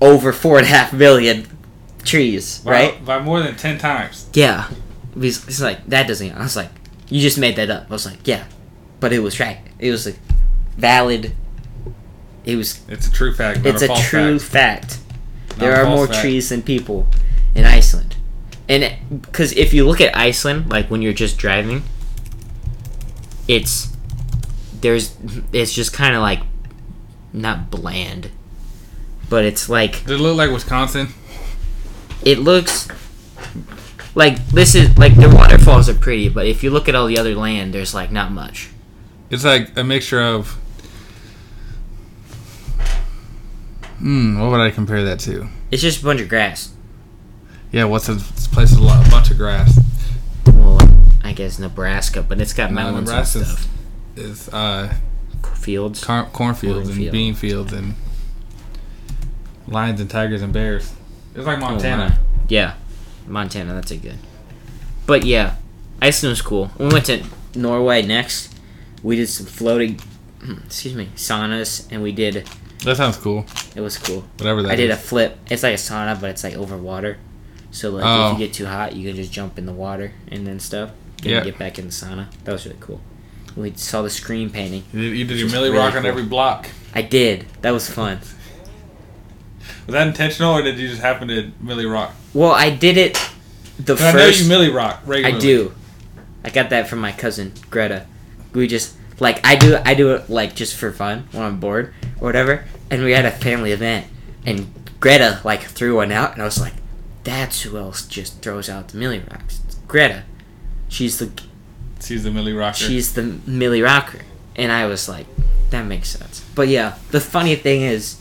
Speaker 1: over four and a half million trees,
Speaker 2: <laughs> By-
Speaker 1: right?
Speaker 2: By more than ten times.
Speaker 1: Yeah. He's, he's like, that doesn't. I was like, you just made that up. I was like, yeah, but it was right. It was like valid. It was.
Speaker 2: It's a true fact. Not
Speaker 1: It's
Speaker 2: a,
Speaker 1: a
Speaker 2: false
Speaker 1: true
Speaker 2: fact.
Speaker 1: fact.
Speaker 2: Not
Speaker 1: There
Speaker 2: a
Speaker 1: are
Speaker 2: false
Speaker 1: more
Speaker 2: fact.
Speaker 1: trees than people in Iceland, and because if you look at Iceland, like when you're just driving, it's there's it's just kind of like not bland, but it's like
Speaker 2: Does it look like Wisconsin?
Speaker 1: it looks like this is like the waterfalls are pretty, but if you look at all the other land, there's like not much.
Speaker 2: It's like a mixture of. Hmm, what would I compare that to?
Speaker 1: It's just a bunch of grass.
Speaker 2: Yeah, what's a this place is a lot, a bunch of grass.
Speaker 1: Well, I guess Nebraska, but it's got
Speaker 2: No,
Speaker 1: mountains and
Speaker 2: Nebraska's-
Speaker 1: stuff,
Speaker 2: It's uh,
Speaker 1: fields.
Speaker 2: car- cornfields and
Speaker 1: Cornfield.
Speaker 2: bean fields and lions and tigers and bears. It's like Montana.
Speaker 1: Oh, wow. yeah, Montana. That's a good. But yeah, Iceland was cool. We went to Norway next. We did some floating, hmm, excuse me, saunas, and we did.
Speaker 2: that sounds cool.
Speaker 1: It was cool.
Speaker 2: Whatever that is.
Speaker 1: I did a flip. It's like a sauna, but it's like over water. So like
Speaker 2: Oh.
Speaker 1: if you get too hot, you can just jump in the water and then stuff. And
Speaker 2: Yeah.
Speaker 1: Get back in the sauna. That was really cool. We saw the screen painting.
Speaker 2: You did, you did
Speaker 1: Which
Speaker 2: your
Speaker 1: is
Speaker 2: Millie
Speaker 1: really
Speaker 2: Rock on
Speaker 1: cool.
Speaker 2: every block.
Speaker 1: I did. That was fun.
Speaker 2: Was that intentional, or did you just happen to Millie Rock?
Speaker 1: Well, I did it the
Speaker 2: 'Cause I
Speaker 1: first.
Speaker 2: know you Millie Rock regularly.
Speaker 1: I do. I got that from my cousin Greta. We just like I do. I do it like just for fun when I'm bored or whatever. And we had a family event, and Greta like threw one out, and I was like, "That's who else just throws out the Millie rocks." It's Greta. She's the
Speaker 2: She's the Millie Rocker.
Speaker 1: she's the Millie rocker, and I was like, "That makes sense." But yeah, the funny thing is,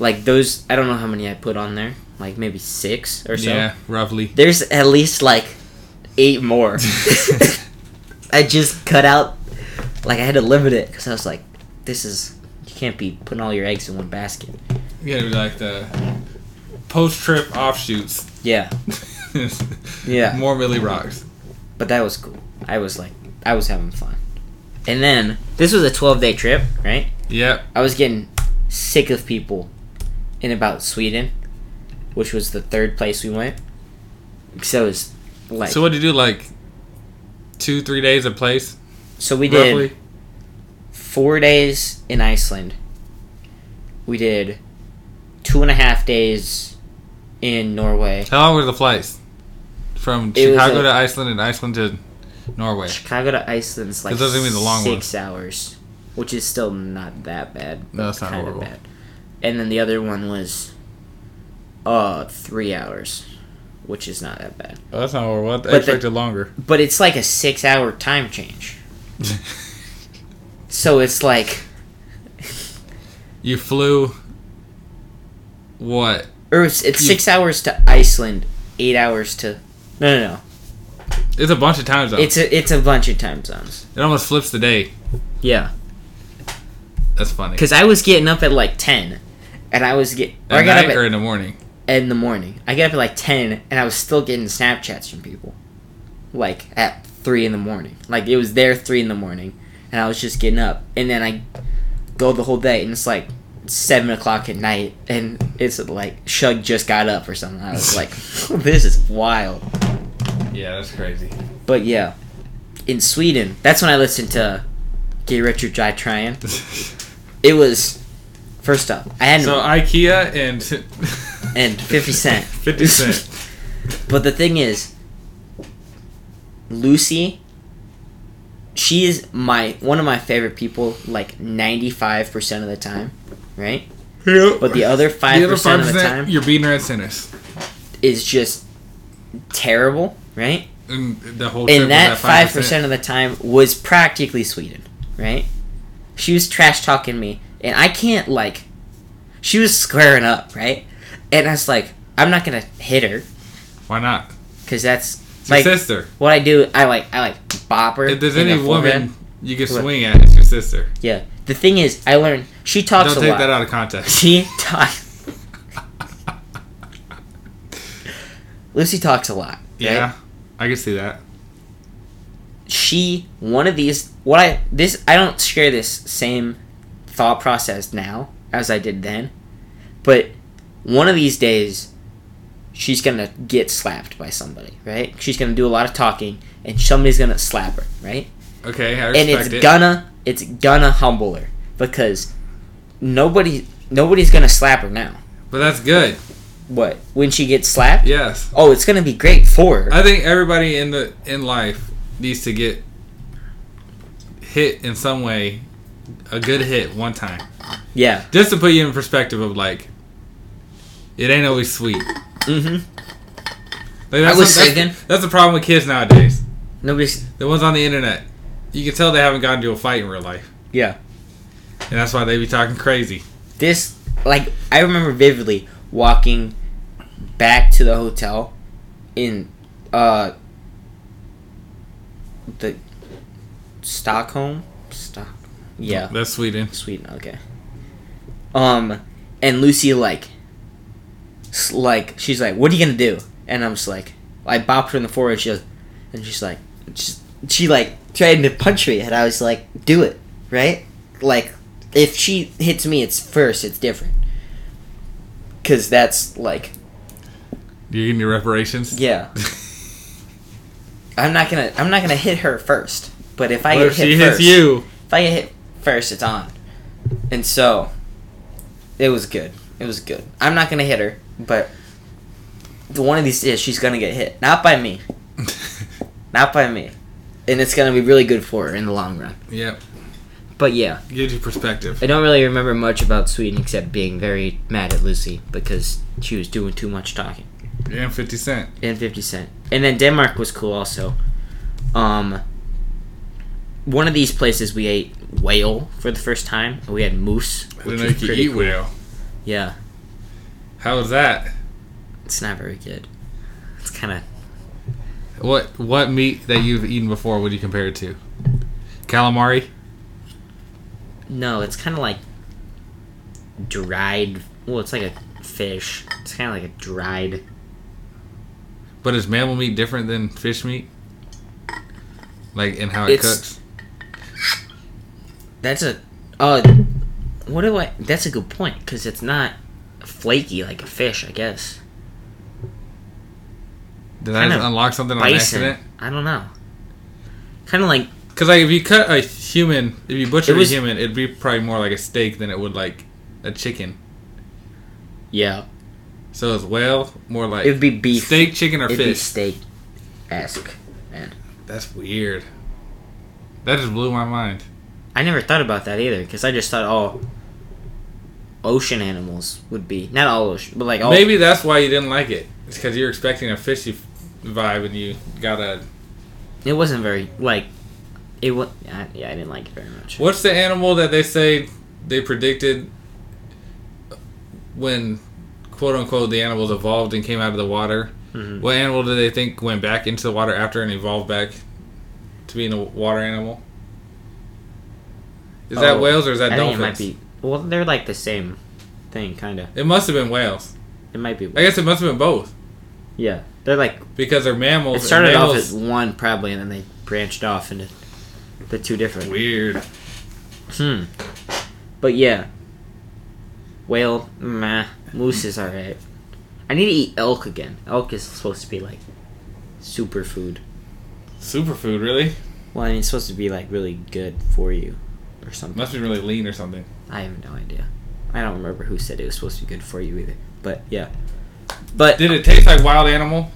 Speaker 1: like those. I don't know how many I put on there. Like maybe six or so.
Speaker 2: yeah, roughly.
Speaker 1: There's at least like eight <laughs> more. I just cut out, like I had to limit it because I was like, this is you can't be putting all your eggs in one basket.
Speaker 2: Yeah, it was like the post-trip offshoots. <laughs>
Speaker 1: Yeah, Yeah.
Speaker 2: More Millie Rocks.
Speaker 1: but that was cool. I was like, I was having fun. And then this was a 12 day trip, right?
Speaker 2: Yep.
Speaker 1: I was getting sick of people in about Sweden, which was the third place we went. So it was like
Speaker 2: So
Speaker 1: so,
Speaker 2: what do you do? Like two, three days a place,
Speaker 1: we did.
Speaker 2: roughly.
Speaker 1: four days in Iceland. We did two and a half days in Norway.
Speaker 2: How long were the flights from
Speaker 1: It was
Speaker 2: Chicago
Speaker 1: a-
Speaker 2: to Iceland and Iceland to Norway?
Speaker 1: Chicago to Iceland's like
Speaker 2: That doesn't mean the long one.
Speaker 1: six hours, which is still not that bad.
Speaker 2: No, it's not
Speaker 1: kinda
Speaker 2: horrible.
Speaker 1: And then the other one was uh three hours, which is not that bad.
Speaker 2: Oh, that's not horrible. I
Speaker 1: the-
Speaker 2: expected longer.
Speaker 1: But it's like a six hour time change. so it's like
Speaker 2: <laughs> You flew what?
Speaker 1: or it's, it's
Speaker 2: You-
Speaker 1: six hours to Iceland, eight hours to no no no.
Speaker 2: It's a bunch of time zones.
Speaker 1: It's a it's a bunch of time zones.
Speaker 2: it almost flips the day.
Speaker 1: Yeah.
Speaker 2: That's funny.
Speaker 1: Because I was getting up at like 10, and I was get. or
Speaker 2: At
Speaker 1: I got
Speaker 2: night
Speaker 1: up at,
Speaker 2: or in the morning.
Speaker 1: in the morning. I got up at like 10, and I was still getting Snapchats from people. Like, at 3 in the morning. Like, it was there 3 in the morning, and I was just getting up. And then I go the whole day, and it's like 7 o'clock at night, and it's like, Shug just got up or something. I
Speaker 2: <laughs>
Speaker 1: was like, this is wild.
Speaker 2: Yeah, that's <laughs> crazy.
Speaker 1: But yeah, in Sweden, that's when I listened to Get Rich or Die Trying. It was, first up, I hadn't.
Speaker 2: so IKEA and <laughs>
Speaker 1: and 50 Cent.
Speaker 2: 50 Cent.
Speaker 1: But the thing is, Lucy, she is my one of my favorite people like 95% of the time, right? But the other 5% of the time
Speaker 2: you're beating her at Sinners.
Speaker 1: is just terrible, right?
Speaker 2: And the whole trip
Speaker 1: And that
Speaker 2: was at 5%.
Speaker 1: 5% of the time was practically Sweden, right? She was trash talking me, and I can't like she was squaring up, right? And I was like, I'm not going to hit her
Speaker 2: Why not?
Speaker 1: cuz that's
Speaker 2: It's
Speaker 1: like
Speaker 2: your sister.
Speaker 1: What I do, I like, I like bop her.
Speaker 2: If there's
Speaker 1: in the
Speaker 2: any
Speaker 1: forehead.
Speaker 2: woman you can
Speaker 1: What?
Speaker 2: swing at, it's your sister.
Speaker 1: yeah. The thing is, I learned she talks
Speaker 2: Don't
Speaker 1: a
Speaker 2: take
Speaker 1: lot.
Speaker 2: that out of context.
Speaker 1: She talks. Lucy talks a lot.
Speaker 2: Yeah,
Speaker 1: right?
Speaker 2: I can see that.
Speaker 1: She one of these. What I this I don't share this same thought process now as I did then. But one of these days, she's gonna get slapped by somebody, right? She's gonna do a lot of talking, and somebody's gonna slap her, right?
Speaker 2: Okay, I
Speaker 1: and
Speaker 2: respect
Speaker 1: it's
Speaker 2: it.
Speaker 1: gonna it's gonna humble her because nobody nobody's gonna slap her now.
Speaker 2: but that's good.
Speaker 1: What when she gets slapped?
Speaker 2: Yes,
Speaker 1: Oh, it's gonna be great for her.
Speaker 2: I think everybody in the in life needs to get hit in some way, a good hit one time,
Speaker 1: yeah.
Speaker 2: just to put you in perspective of like, it ain't always sweet. Like,
Speaker 1: Mm-hmm.
Speaker 2: that's
Speaker 1: was
Speaker 2: that's-
Speaker 1: thinking-
Speaker 2: that's the problem with kids nowadays.
Speaker 1: Nobody's.
Speaker 2: The ones on the internet, you can tell they haven't gotten into a fight in real life,
Speaker 1: Yeah.
Speaker 2: and that's why they be talking crazy.
Speaker 1: This like I remember vividly walking back to the hotel in uh the Stockholm. Stock. Yeah.
Speaker 2: that's Sweden.
Speaker 1: Sweden, okay. Um, and Lucy like, s- like she's like, "What are you gonna do?" And I'm just like, I bopped her in the forehead. She goes, and she's like, she, she like tried to punch me, and I was like, "Do it, right?" Like, if she hits me, it's first. It's different, cause that's like,
Speaker 2: You getting your reparations? <laughs>
Speaker 1: yeah. I'm not gonna, I'm not gonna hit her first. But if I
Speaker 2: What
Speaker 1: get
Speaker 2: if
Speaker 1: hit
Speaker 2: she
Speaker 1: first, <laughs>
Speaker 2: hits you?
Speaker 1: if I get hit first, it's on. And so, it was good. It was good. I'm not gonna hit her, but the one of these days she's gonna get hit. Not by me. Not by me. And it's gonna be really good for her in the long run.
Speaker 2: yep.
Speaker 1: But yeah,
Speaker 2: Gives you perspective.
Speaker 1: I don't really remember much about Sweden except being very mad at Lucy because she was doing too much talking.
Speaker 2: And 50 Cent.
Speaker 1: and 50 cent and then denmark was cool also um one of these places we ate whale for the first time and we had moose
Speaker 2: I
Speaker 1: which
Speaker 2: didn't
Speaker 1: was
Speaker 2: know you could
Speaker 1: pretty
Speaker 2: eat
Speaker 1: cool.
Speaker 2: whale.
Speaker 1: yeah
Speaker 2: How was that?
Speaker 1: it's not very good it's kind of
Speaker 2: What what meat that you've eaten before would you compare it to? Calamari?
Speaker 1: no it's kind of like dried well it's like a fish it's kind of like a dried
Speaker 2: But is mammal meat different than fish meat? Like in how it
Speaker 1: It's-
Speaker 2: cooks?
Speaker 1: that's a uh what do i that's a good point because it's not flaky like a fish i guess
Speaker 2: Did I just
Speaker 1: kinda
Speaker 2: unlock something on
Speaker 1: bison
Speaker 2: accident?
Speaker 1: i don't know kind of like
Speaker 2: Because like if you cut a human, if you butcher
Speaker 1: It was-
Speaker 2: a human, it'd be probably more like a steak than it would like a chicken.
Speaker 1: yeah
Speaker 2: So is whale more like
Speaker 1: It would be beef.
Speaker 2: steak, chicken, or
Speaker 1: It'd be
Speaker 2: fish?
Speaker 1: steak esque, man.
Speaker 2: That's weird. That just blew my mind.
Speaker 1: I never thought about that either because I just thought all ocean animals would be not all ocean, but like all
Speaker 2: Maybe that's why you didn't like it. It's because you're expecting a fishy f- vibe and you got a.
Speaker 1: It wasn't very like it was. I, yeah, I didn't like it very much.
Speaker 2: What's the animal that they say they predicted when, quote unquote, the animals evolved and came out of the water?
Speaker 1: Mhm.
Speaker 2: What animal did they think went back into the water after and evolved back to being a water animal? Is that
Speaker 1: Oh,
Speaker 2: whales or is that
Speaker 1: I think it
Speaker 2: dolphins?
Speaker 1: might be. Well, they're like the same thing, kind of.
Speaker 2: It must have been whales.
Speaker 1: It might be.
Speaker 2: I guess it must have been both
Speaker 1: Yeah, they're like
Speaker 2: because they're mammals.
Speaker 1: it
Speaker 2: and
Speaker 1: started off
Speaker 2: mammals-
Speaker 1: as one probably, and then they branched off into the two different.
Speaker 2: weird.
Speaker 1: Hmm. But yeah. Whale, meh. Moose is alright. I need to eat elk again. Elk is supposed to be like superfood.
Speaker 2: Superfood, really?
Speaker 1: Well, I mean, it's supposed to be like really good for you or something.
Speaker 2: Must be really lean or something.
Speaker 1: I have no idea. I don't remember who said it was supposed to be good for you either. But yeah. But
Speaker 2: Did it taste like wild animal?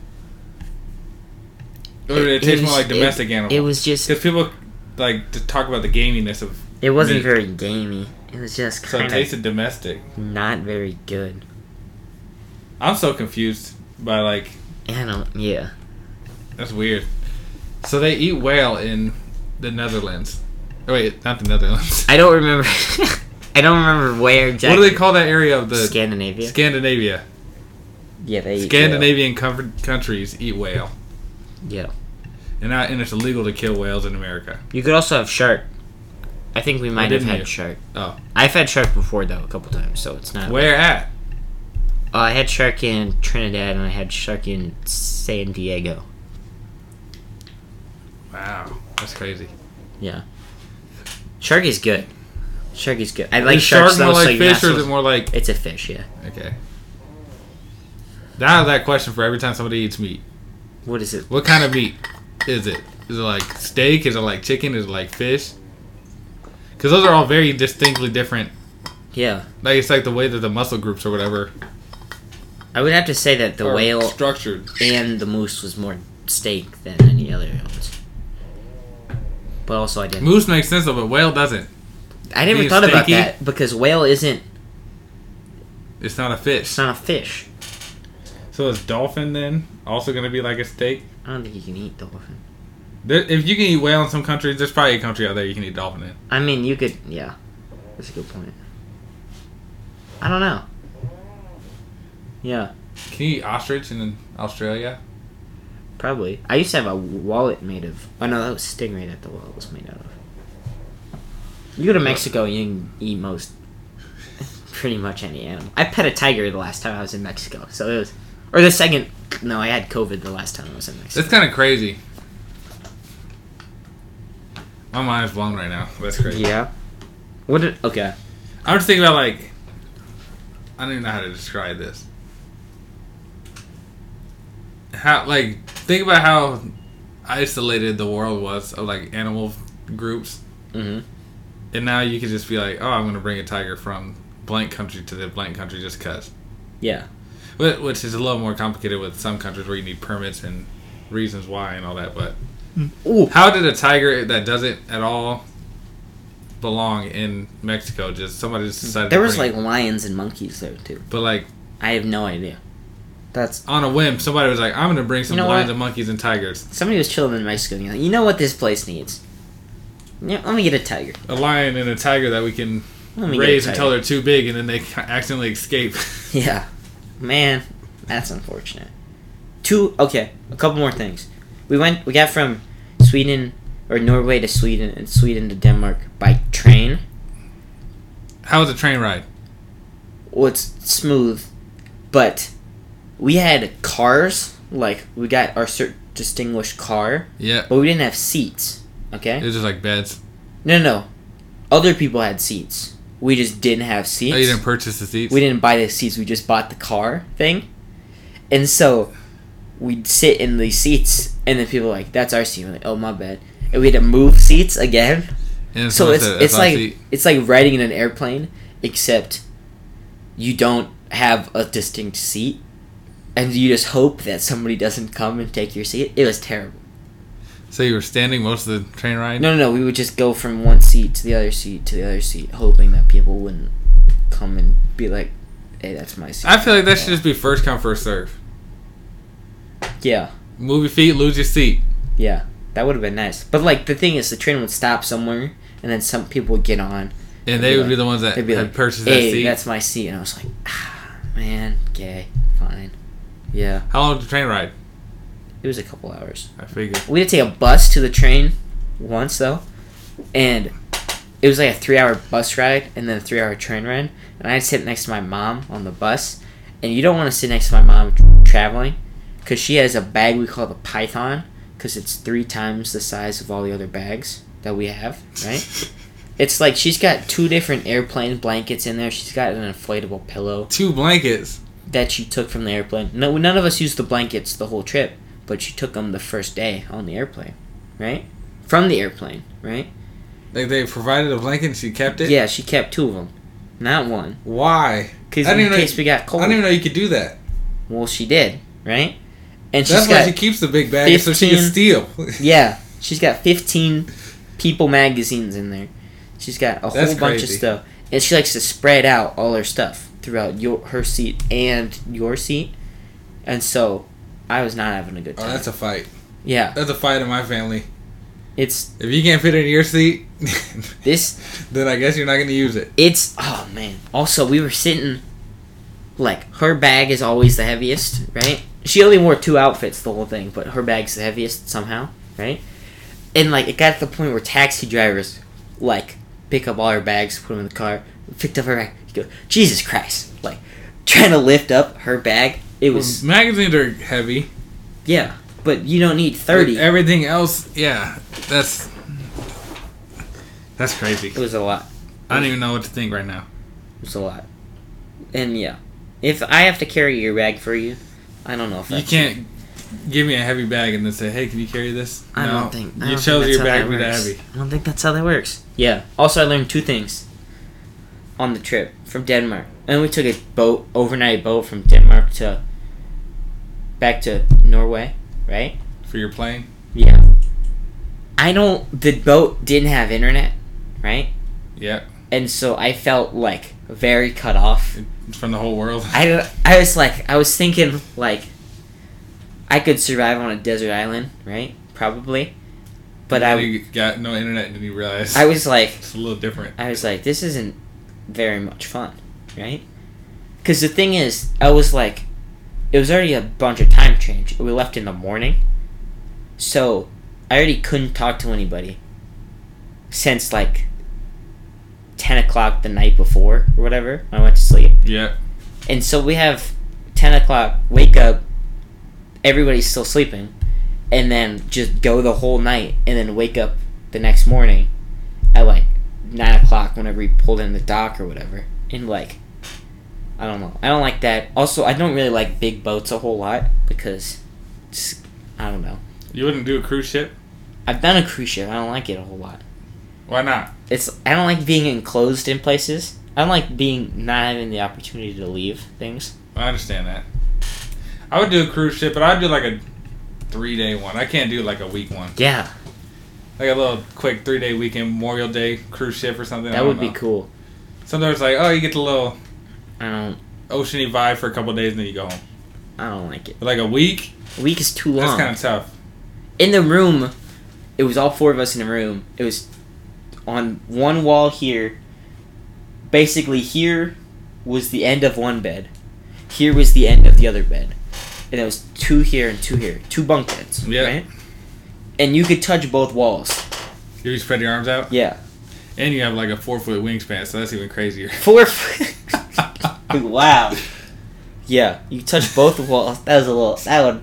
Speaker 2: Or did
Speaker 1: It-
Speaker 2: it,
Speaker 1: it
Speaker 2: taste
Speaker 1: was-
Speaker 2: more like domestic
Speaker 1: it,
Speaker 2: animal?
Speaker 1: It was just.
Speaker 2: because people like to talk about the gaminess of.
Speaker 1: It wasn't
Speaker 2: meat.
Speaker 1: very gamey. It was just
Speaker 2: So it
Speaker 1: kind of
Speaker 2: tasted domestic.
Speaker 1: not very good.
Speaker 2: I'm so confused by like
Speaker 1: Animal. Yeah.
Speaker 2: that's weird. So they eat whale in the Netherlands. Oh wait, not the Netherlands.
Speaker 1: I don't remember. <laughs> I don't remember where
Speaker 2: <laughs> What
Speaker 1: exactly.
Speaker 2: do they call that area of the
Speaker 1: Scandinavia?
Speaker 2: Scandinavia?
Speaker 1: Yeah, they eat
Speaker 2: Scandinavian com- countries eat whale,
Speaker 1: whale. Yeah,
Speaker 2: and I, and it's illegal to kill whales in America.
Speaker 1: you could also have shark. I think we might have
Speaker 2: didn't
Speaker 1: had
Speaker 2: you?
Speaker 1: shark.
Speaker 2: Oh,
Speaker 1: I've had shark before though, a couple times, so it's not.
Speaker 2: where at?
Speaker 1: Uh, I had shark in Trinidad and I had shark in San Diego.
Speaker 2: Wow, that's crazy.
Speaker 1: Yeah, shark is good. Shark is good. I like
Speaker 2: is
Speaker 1: sharks
Speaker 2: shark more
Speaker 1: though, so
Speaker 2: like
Speaker 1: you're not
Speaker 2: fish or is
Speaker 1: supposed-
Speaker 2: it more like
Speaker 1: It's a fish, yeah.
Speaker 2: okay? Now that question for every time somebody eats meat.
Speaker 1: What is it?
Speaker 2: What kind of meat is it? Is it like steak? Is it like chicken? Is it like fish? Because those are all very distinctly different.
Speaker 1: Yeah.
Speaker 2: Like it's like the way that the muscle groups or whatever
Speaker 1: I would have to say that the
Speaker 2: are
Speaker 1: whale
Speaker 2: structured.
Speaker 1: and the moose was more steak than any other ones. But also, I didn't.
Speaker 2: Moose makes sense though, but whale doesn't.
Speaker 1: I never
Speaker 2: being
Speaker 1: thought about
Speaker 2: steaky.
Speaker 1: that because whale isn't.
Speaker 2: It's not a fish.
Speaker 1: It's not a fish.
Speaker 2: So is dolphin then also gonna be like a steak?
Speaker 1: I don't think you can eat dolphin.
Speaker 2: There, if you can eat whale in some countries, there's probably a country out there you can eat dolphin in.
Speaker 1: I mean, you could. Yeah, that's a good point. I don't know. Yeah,
Speaker 2: Can you eat ostrich in Australia?
Speaker 1: probably. I used to have a wallet made of. Oh no, that was stingray that the wallet was made out of. You go to Mexico, you can eat most, <laughs> pretty much any animal. I pet a tiger the last time I was in Mexico, so it was, or the second. No, I had COVID the last time I was in Mexico.
Speaker 2: That's kind of crazy. My mind's blown right now. That's crazy.
Speaker 1: Yeah. What did? Okay.
Speaker 2: I'm just thinking about like I don't even know how to describe this. How like think about how isolated the world was of like animal groups,
Speaker 1: hmm
Speaker 2: and now you can just be like, oh, I'm gonna bring a tiger from blank country to the blank country just cause.
Speaker 1: Yeah.
Speaker 2: Wh- Which is a little more complicated with some countries where you need permits and reasons why and all that. But
Speaker 1: Mm. Ooh.
Speaker 2: how did a tiger that doesn't at all belong in Mexico just somebody just decided
Speaker 1: There
Speaker 2: to
Speaker 1: was
Speaker 2: bring
Speaker 1: like
Speaker 2: it?
Speaker 1: lions and monkeys there too.
Speaker 2: but like
Speaker 1: I have no idea. That's
Speaker 2: on a whim, somebody was like, "I'm gonna bring some
Speaker 1: You know
Speaker 2: lions
Speaker 1: what?
Speaker 2: and monkeys and tigers."
Speaker 1: somebody was chilling in Mexico. And you're like, you know what this place needs? Yeah, let me get a tiger.
Speaker 2: A lion and a tiger that we can
Speaker 1: Let me
Speaker 2: raise
Speaker 1: get a
Speaker 2: until
Speaker 1: tiger.
Speaker 2: they're too big, and then they <laughs> ca- accidentally escape.
Speaker 1: <laughs> Yeah, man, that's unfortunate. Two. Okay, a couple more things. We went. We got from Sweden or Norway to Sweden and Sweden to Denmark by train.
Speaker 2: How was the train ride?
Speaker 1: well, it's smooth, but we had cars. Like we got our cert distinguished car,
Speaker 2: Yeah,
Speaker 1: but we didn't have seats. Okay.
Speaker 2: it was just like beds.
Speaker 1: no, no, no. Other people had seats. We just didn't have seats.
Speaker 2: Oh, you didn't purchase the seats.
Speaker 1: we didn't buy the seats. We just bought the car thing, and so we'd sit in these seats, and then people were like, "That's our seat." We're like, "Oh my bad," and we had to move seats again.
Speaker 2: And
Speaker 1: So
Speaker 2: someone
Speaker 1: it's
Speaker 2: said,
Speaker 1: it's
Speaker 2: "That's my
Speaker 1: like
Speaker 2: seat."
Speaker 1: it's like riding in an airplane, except you don't have a distinct seat, and you just hope that somebody doesn't come and take your seat. It was terrible.
Speaker 2: so you were standing most of the train ride.
Speaker 1: No, no, no. We would just go from one seat to the other seat to the other seat, hoping that people wouldn't come and be like, "Hey, that's my seat."
Speaker 2: I feel like that should just be first come first serve.
Speaker 1: yeah,
Speaker 2: Move your feet, lose your seat.
Speaker 1: yeah. That would have been nice. But like the thing is, the train would stop somewhere, and then some people would get on.
Speaker 2: And
Speaker 1: They'd
Speaker 2: they
Speaker 1: be
Speaker 2: would be
Speaker 1: like-
Speaker 2: the ones that
Speaker 1: They'd be
Speaker 2: had
Speaker 1: like,
Speaker 2: purchased that
Speaker 1: "Hey,
Speaker 2: seat.
Speaker 1: that's my seat," and I was like, "Ah, man, gay, fine, yeah."
Speaker 2: How long was the train ride?
Speaker 1: It was a couple hours.
Speaker 2: I figured.
Speaker 1: We had to take a bus to the train once though, and it was like a three-hour bus ride and then a three-hour train ride. And I'd sit next to my mom on the bus, and you don't want to sit next to my mom tra- traveling, because she has a bag we call the Python, because it's three times the size of all the other bags that we have, right? It's like she's got two different airplane blankets in there. She's got an inflatable pillow
Speaker 2: Two blankets.
Speaker 1: that she took from the airplane. No, none of us used the blankets the whole trip, but she took them the first day on the airplane, right? From the airplane, right?
Speaker 2: Like they provided a blanket and she kept it.
Speaker 1: Yeah, she kept two of them, not one,
Speaker 2: Why?
Speaker 1: because
Speaker 2: I
Speaker 1: in
Speaker 2: didn't know
Speaker 1: case
Speaker 2: you-
Speaker 1: we got
Speaker 2: I
Speaker 1: cold.
Speaker 2: didn't even know you could do that.
Speaker 1: Well, she did, right? And she's
Speaker 2: That's why
Speaker 1: got
Speaker 2: she keeps the big bag so she can
Speaker 1: 15
Speaker 2: steal. <laughs> Oh,
Speaker 1: yeah, she's got fifteen people magazines in there. She's got a
Speaker 2: That's
Speaker 1: whole bunch of
Speaker 2: crazy.
Speaker 1: stuff, and she likes to spread out all her stuff throughout your her seat and your seat, and so I was not having a good
Speaker 2: Oh,
Speaker 1: time.
Speaker 2: that's a fight.
Speaker 1: yeah,
Speaker 2: That's a fight in my family.
Speaker 1: it's
Speaker 2: If you can't fit it in your seat, <laughs>
Speaker 1: this
Speaker 2: then I guess you're not going to use it.
Speaker 1: It's oh man. Also, we were sitting like her bag is always the heaviest, right? She only wore two outfits the whole thing, but her bag's the heaviest somehow, right? And like it got to the point where taxi drivers like pick up all her bags, put them in the car, picked up her bag. You go, Jesus Christ! Like trying to lift up her bag, it was
Speaker 2: Magazines are heavy.
Speaker 1: yeah. But you don't need
Speaker 2: But
Speaker 1: thirty. It
Speaker 2: Everything else, yeah, that's that's crazy.
Speaker 1: was a lot.
Speaker 2: I don't even know what to think right now.
Speaker 1: It's a lot. And yeah, if I have to carry your bag for you, I don't know if
Speaker 2: You
Speaker 1: that's-
Speaker 2: can't give me a heavy bag and then say, "Hey, can you carry this?"
Speaker 1: I
Speaker 2: no,
Speaker 1: don't think I
Speaker 2: you
Speaker 1: don't
Speaker 2: chose
Speaker 1: think that's
Speaker 2: your bag
Speaker 1: how
Speaker 2: to be
Speaker 1: that
Speaker 2: that
Speaker 1: works.
Speaker 2: heavy.
Speaker 1: I don't think that's how that works. Yeah. Also, I learned two things on the trip from Denmark, and we took a boat overnight boat from Denmark to back to Norway, right?
Speaker 2: for your plane.
Speaker 1: Yeah. I don't. The boat didn't have internet, right?
Speaker 2: Yeah,
Speaker 1: And so I felt like very cut off.
Speaker 2: from the whole world.
Speaker 1: I, don't- I was like I was thinking like I could survive on a desert island, right? Probably. But I
Speaker 2: <laughs> you got no internet and you realize
Speaker 1: I was like
Speaker 2: it's a little different.
Speaker 1: I was like, this isn't very much fun, right? Because the thing is, I was like, it was already a bunch of time change. We left in the morning, so I already couldn't talk to anybody since like ten o'clock the night before or whatever. When I went to sleep,
Speaker 2: Yeah,
Speaker 1: and so we have ten o'clock wake up. Everybody's still sleeping, and then just go the whole night, and then wake up the next morning at like nine o'clock whenever we pulled in the dock or whatever. And like, I don't know. I don't like that. Also, I don't really like big boats a whole lot because it's, I don't know.
Speaker 2: you wouldn't do a cruise ship.
Speaker 1: I've done a cruise ship. I don't like it a whole lot.
Speaker 2: Why not?
Speaker 1: It's I don't like being enclosed in places. I don't like being not having the opportunity to leave things.
Speaker 2: I understand that. I would do a cruise ship, but I'd do like a three day one. I can't do like a week one.
Speaker 1: Yeah,
Speaker 2: Like a little quick three day weekend, Memorial Day cruise ship or something. I
Speaker 1: that
Speaker 2: don't
Speaker 1: would be
Speaker 2: know.
Speaker 1: cool.
Speaker 2: Sometimes like, oh, you get the little
Speaker 1: I don't.
Speaker 2: oceany vibe for a couple days and then you go home.
Speaker 1: I don't like it.
Speaker 2: But like a week,
Speaker 1: A week is too
Speaker 2: that's
Speaker 1: long.
Speaker 2: kind of tough.
Speaker 1: in the room, it was all four of us in a room. It was on one wall here. Basically, here was the end of one bed. Here was the end of the other bed. And it was two here and two here. Two bunk beds.
Speaker 2: Yeah.
Speaker 1: Right? And you could touch both walls.
Speaker 2: You spread your arms out,
Speaker 1: Yeah.
Speaker 2: and you have like a four foot wingspan, so that's even crazier.
Speaker 1: Four. <laughs> wow. Yeah. You touch both walls. That was a little. That would.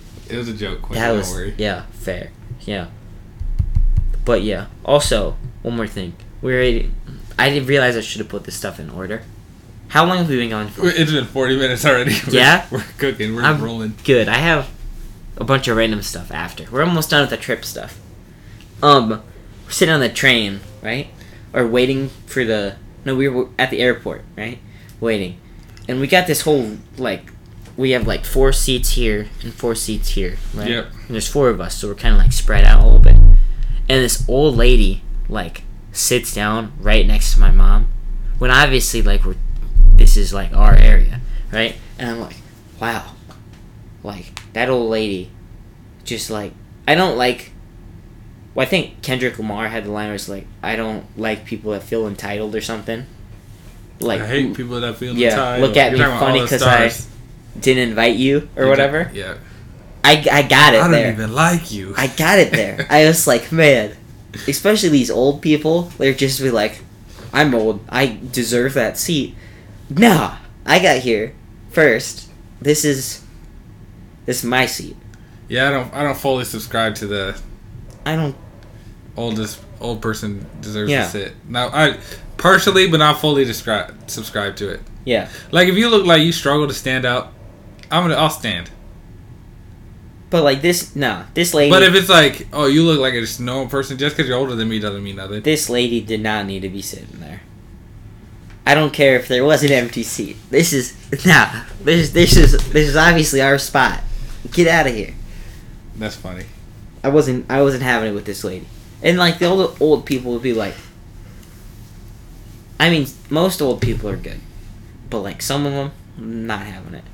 Speaker 1: <laughs>
Speaker 2: it was a joke. Quinn,
Speaker 1: That
Speaker 2: don't
Speaker 1: was
Speaker 2: worry.
Speaker 1: yeah, fair. Yeah. But yeah. Also, one more thing. We We're eating. I didn't realize I should have put this stuff in order. How long have we been going for?
Speaker 2: It's been 40 minutes already. <laughs> We're-
Speaker 1: Yeah?
Speaker 2: We're cooking. We're
Speaker 1: I'm-
Speaker 2: rolling.
Speaker 1: Good. I have a bunch of random stuff after. We're almost done with the trip stuff. Um, we're sitting on the train, right? Or waiting for the no, we were at the airport, right? Waiting, and we got this whole like, we have like four seats here and four seats here, right?
Speaker 2: Yep.
Speaker 1: And there's four of us, so we're kind of like spread out a little bit. And this old lady like sits down right next to my mom, when obviously like we're, this is like our area, right? And I'm like, wow, like that old lady, just like I don't like well, I think Kendrick Lamar had the line where it's like, I don't like people that feel entitled or something. Like,
Speaker 2: I hate people that feel
Speaker 1: yeah,
Speaker 2: entitled.
Speaker 1: look at
Speaker 2: You're
Speaker 1: me
Speaker 2: talking about
Speaker 1: funny
Speaker 2: all the
Speaker 1: 'cause I-
Speaker 2: stars.
Speaker 1: didn't invite you or
Speaker 2: You're ta-
Speaker 1: whatever.
Speaker 2: Yeah.
Speaker 1: I, I got it
Speaker 2: I don't
Speaker 1: there.
Speaker 2: even like you.
Speaker 1: I got it there. I was like, man, especially these old people, they're just be like, I'm old. I deserve that seat. Nah, I got here first. This is this is my seat.
Speaker 2: <laughs> yeah, I don't. I don't fully subscribe to the
Speaker 1: I don't.
Speaker 2: oldest old person deserves
Speaker 1: Yeah.
Speaker 2: to sit. Now, I partially, but not fully describe, subscribe to it.
Speaker 1: Yeah,
Speaker 2: Like, if you look like you struggle to stand up, I'm gonna. I'll stand.
Speaker 1: but like this, nah. This lady,
Speaker 2: But if it's like, oh, you look like a just normal person, just because you're older than me doesn't mean nothing.
Speaker 1: this lady did not need to be sitting there. I don't care if there was an empty seat. This is nah. This this is this is obviously our spot. Get out of here.
Speaker 2: That's funny.
Speaker 1: I wasn't I wasn't having it with this lady. And like the old old people would be like I mean most old people are good. But like some of them not having it.